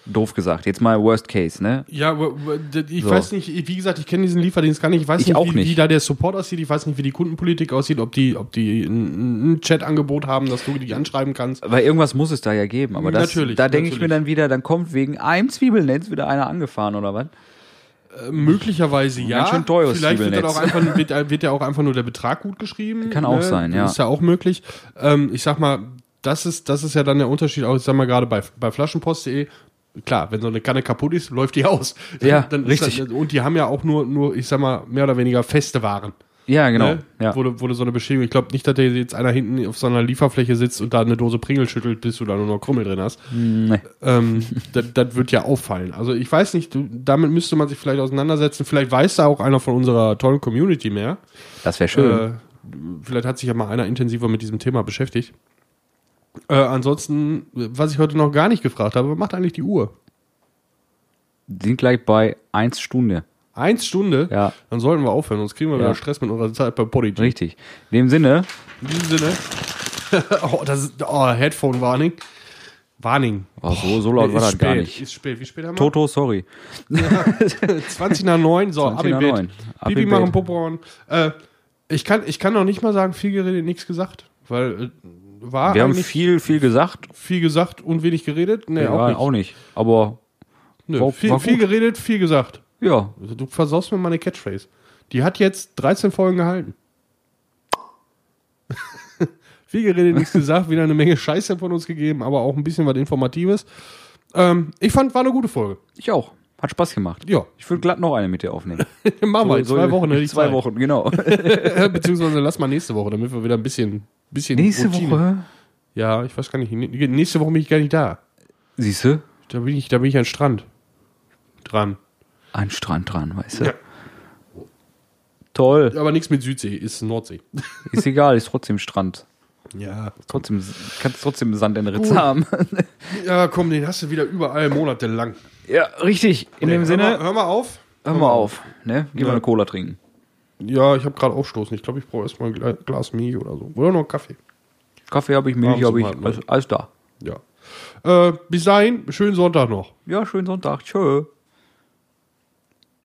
[SPEAKER 1] Doof gesagt, jetzt mal Worst Case, ne?
[SPEAKER 2] Ja, w- w- d- ich
[SPEAKER 1] So.
[SPEAKER 2] weiß nicht, wie gesagt, ich kenne diesen Lieferdienst gar nicht. Ich weiß
[SPEAKER 1] Ich
[SPEAKER 2] nicht,
[SPEAKER 1] auch
[SPEAKER 2] wie,
[SPEAKER 1] nicht.
[SPEAKER 2] wie da der Support aussieht. Ich weiß nicht, wie die Kundenpolitik aussieht, ob die, ob die ein, ein Chat-Angebot haben, dass du die anschreiben kannst.
[SPEAKER 1] Weil irgendwas muss es da ja geben, aber das,
[SPEAKER 2] Natürlich,
[SPEAKER 1] da denke ich mir
[SPEAKER 2] natürlich.
[SPEAKER 1] dann wieder, dann kommt wegen einem Zwiebelnetz wieder einer angefahren oder was?
[SPEAKER 2] Äh, möglicherweise ja.
[SPEAKER 1] Ganz schön teures
[SPEAKER 2] Vielleicht wird, dann auch
[SPEAKER 1] Zwiebelnetz.
[SPEAKER 2] einfach, wird, äh, wird ja auch einfach nur der Betrag gut geschrieben. ne?
[SPEAKER 1] Kann auch sein, ja.
[SPEAKER 2] Ist ja auch möglich. Ähm, ich sag mal, das ist, das ist ja dann der Unterschied, auch ich sag mal gerade bei, bei Flaschenpost.de. Klar, wenn so eine Kanne kaputt ist, läuft die aus.
[SPEAKER 1] Ja,
[SPEAKER 2] Dann ist
[SPEAKER 1] richtig.
[SPEAKER 2] Das, und die haben ja auch nur, nur, ich sag mal, mehr oder weniger feste Waren.
[SPEAKER 1] Ja, genau.
[SPEAKER 2] Ne?
[SPEAKER 1] Ja.
[SPEAKER 2] Wurde, wurde so eine Beschädigung. Ich glaube nicht, dass da jetzt einer hinten auf so einer Lieferfläche sitzt und da eine Dose Pringel schüttelt, bis du da nur noch Krümmel drin hast.
[SPEAKER 1] Nee.
[SPEAKER 2] Ähm, das, das wird ja auffallen. Also ich weiß nicht, du, damit müsste man sich vielleicht auseinandersetzen. Vielleicht weiß da auch einer von unserer tollen Community mehr.
[SPEAKER 1] Das wäre schön.
[SPEAKER 2] Äh, vielleicht hat sich ja mal einer intensiver mit diesem Thema beschäftigt. Äh, ansonsten, was ich heute noch gar nicht gefragt habe, was macht eigentlich die Uhr?
[SPEAKER 1] Sind gleich bei 1 Stunde.
[SPEAKER 2] Eins Stunde?
[SPEAKER 1] Ja.
[SPEAKER 2] Dann sollten wir aufhören, sonst kriegen wir
[SPEAKER 1] Ja.
[SPEAKER 2] wieder Stress mit unserer Zeit bei Podigy.
[SPEAKER 1] Richtig. In dem Sinne,
[SPEAKER 2] In diesem Sinne. oh, das ist, oh, Headphone Warning. Warning.
[SPEAKER 1] oh, so, so laut war
[SPEAKER 2] Ist
[SPEAKER 1] das gar
[SPEAKER 2] spät,
[SPEAKER 1] nicht.
[SPEAKER 2] Ist spät. Wie spät haben wir?
[SPEAKER 1] Toto, sorry.
[SPEAKER 2] 20 nach 9. So,
[SPEAKER 1] 20 nach
[SPEAKER 2] ab in Bett.
[SPEAKER 1] neun. Ab
[SPEAKER 2] Bibi
[SPEAKER 1] in Bett.
[SPEAKER 2] machen Popo an. Äh, ich kann ich kann noch nicht mal sagen, viel geredet, nichts gesagt, weil äh, war
[SPEAKER 1] Wir haben
[SPEAKER 2] eigentlich
[SPEAKER 1] viel, viel gesagt.
[SPEAKER 2] viel gesagt und wenig geredet. Nee,
[SPEAKER 1] Ja,
[SPEAKER 2] auch nicht.
[SPEAKER 1] auch nicht. Aber
[SPEAKER 2] Nö,
[SPEAKER 1] War-
[SPEAKER 2] viel,
[SPEAKER 1] war
[SPEAKER 2] viel
[SPEAKER 1] gut.
[SPEAKER 2] geredet, viel gesagt.
[SPEAKER 1] ja,
[SPEAKER 2] Also, du versaust mir meine Catchphrase. Die hat jetzt 13 Folgen gehalten. Viel geredet, nichts gesagt, wieder eine Menge Scheiße von uns gegeben, aber auch ein bisschen was Informatives. Ähm, ich fand, war eine gute Folge.
[SPEAKER 1] ich auch. Hat Spaß gemacht.
[SPEAKER 2] Ja,
[SPEAKER 1] Ich würde glatt noch eine mit dir aufnehmen.
[SPEAKER 2] machen wir in zwei Wochen. hätte
[SPEAKER 1] In
[SPEAKER 2] ich
[SPEAKER 1] zwei
[SPEAKER 2] Zeit.
[SPEAKER 1] Wochen, genau.
[SPEAKER 2] Beziehungsweise lass mal nächste Woche, damit wir wieder ein bisschen, bisschen Routine- Ja, ich weiß gar nicht. Nä- Nächste Woche bin ich gar nicht da.
[SPEAKER 1] Siehst du?
[SPEAKER 2] Da bin ich, da bin ich an Strand. Dran.
[SPEAKER 1] An den Strand dran, weißt du?
[SPEAKER 2] Ja.
[SPEAKER 1] Toll.
[SPEAKER 2] Aber nichts mit Südsee, ist Nordsee.
[SPEAKER 1] Ist egal, ist trotzdem Strand.
[SPEAKER 2] Ja.
[SPEAKER 1] Trotzdem, kannst trotzdem Sand in Ritze haben.
[SPEAKER 2] Ja, komm, den hast du wieder überall monatelang.
[SPEAKER 1] ja, richtig. In dem
[SPEAKER 2] hör
[SPEAKER 1] Sinne,
[SPEAKER 2] mal, hör mal auf.
[SPEAKER 1] hör mal auf. Ne? Geh mal
[SPEAKER 2] Ja.
[SPEAKER 1] eine Cola trinken.
[SPEAKER 2] Ja, ich habe gerade Aufstoßen. Ich glaube, ich brauche erstmal ein Gla- Glas Milch oder so. Oder noch einen Kaffee.
[SPEAKER 1] Kaffee habe ich, Milch
[SPEAKER 2] Abends um
[SPEAKER 1] habe ich,
[SPEAKER 2] halb neun.
[SPEAKER 1] alles, alles da.
[SPEAKER 2] Ja. Äh, bis dahin, schönen Sonntag noch.
[SPEAKER 1] Ja, schönen Sonntag. Tschö.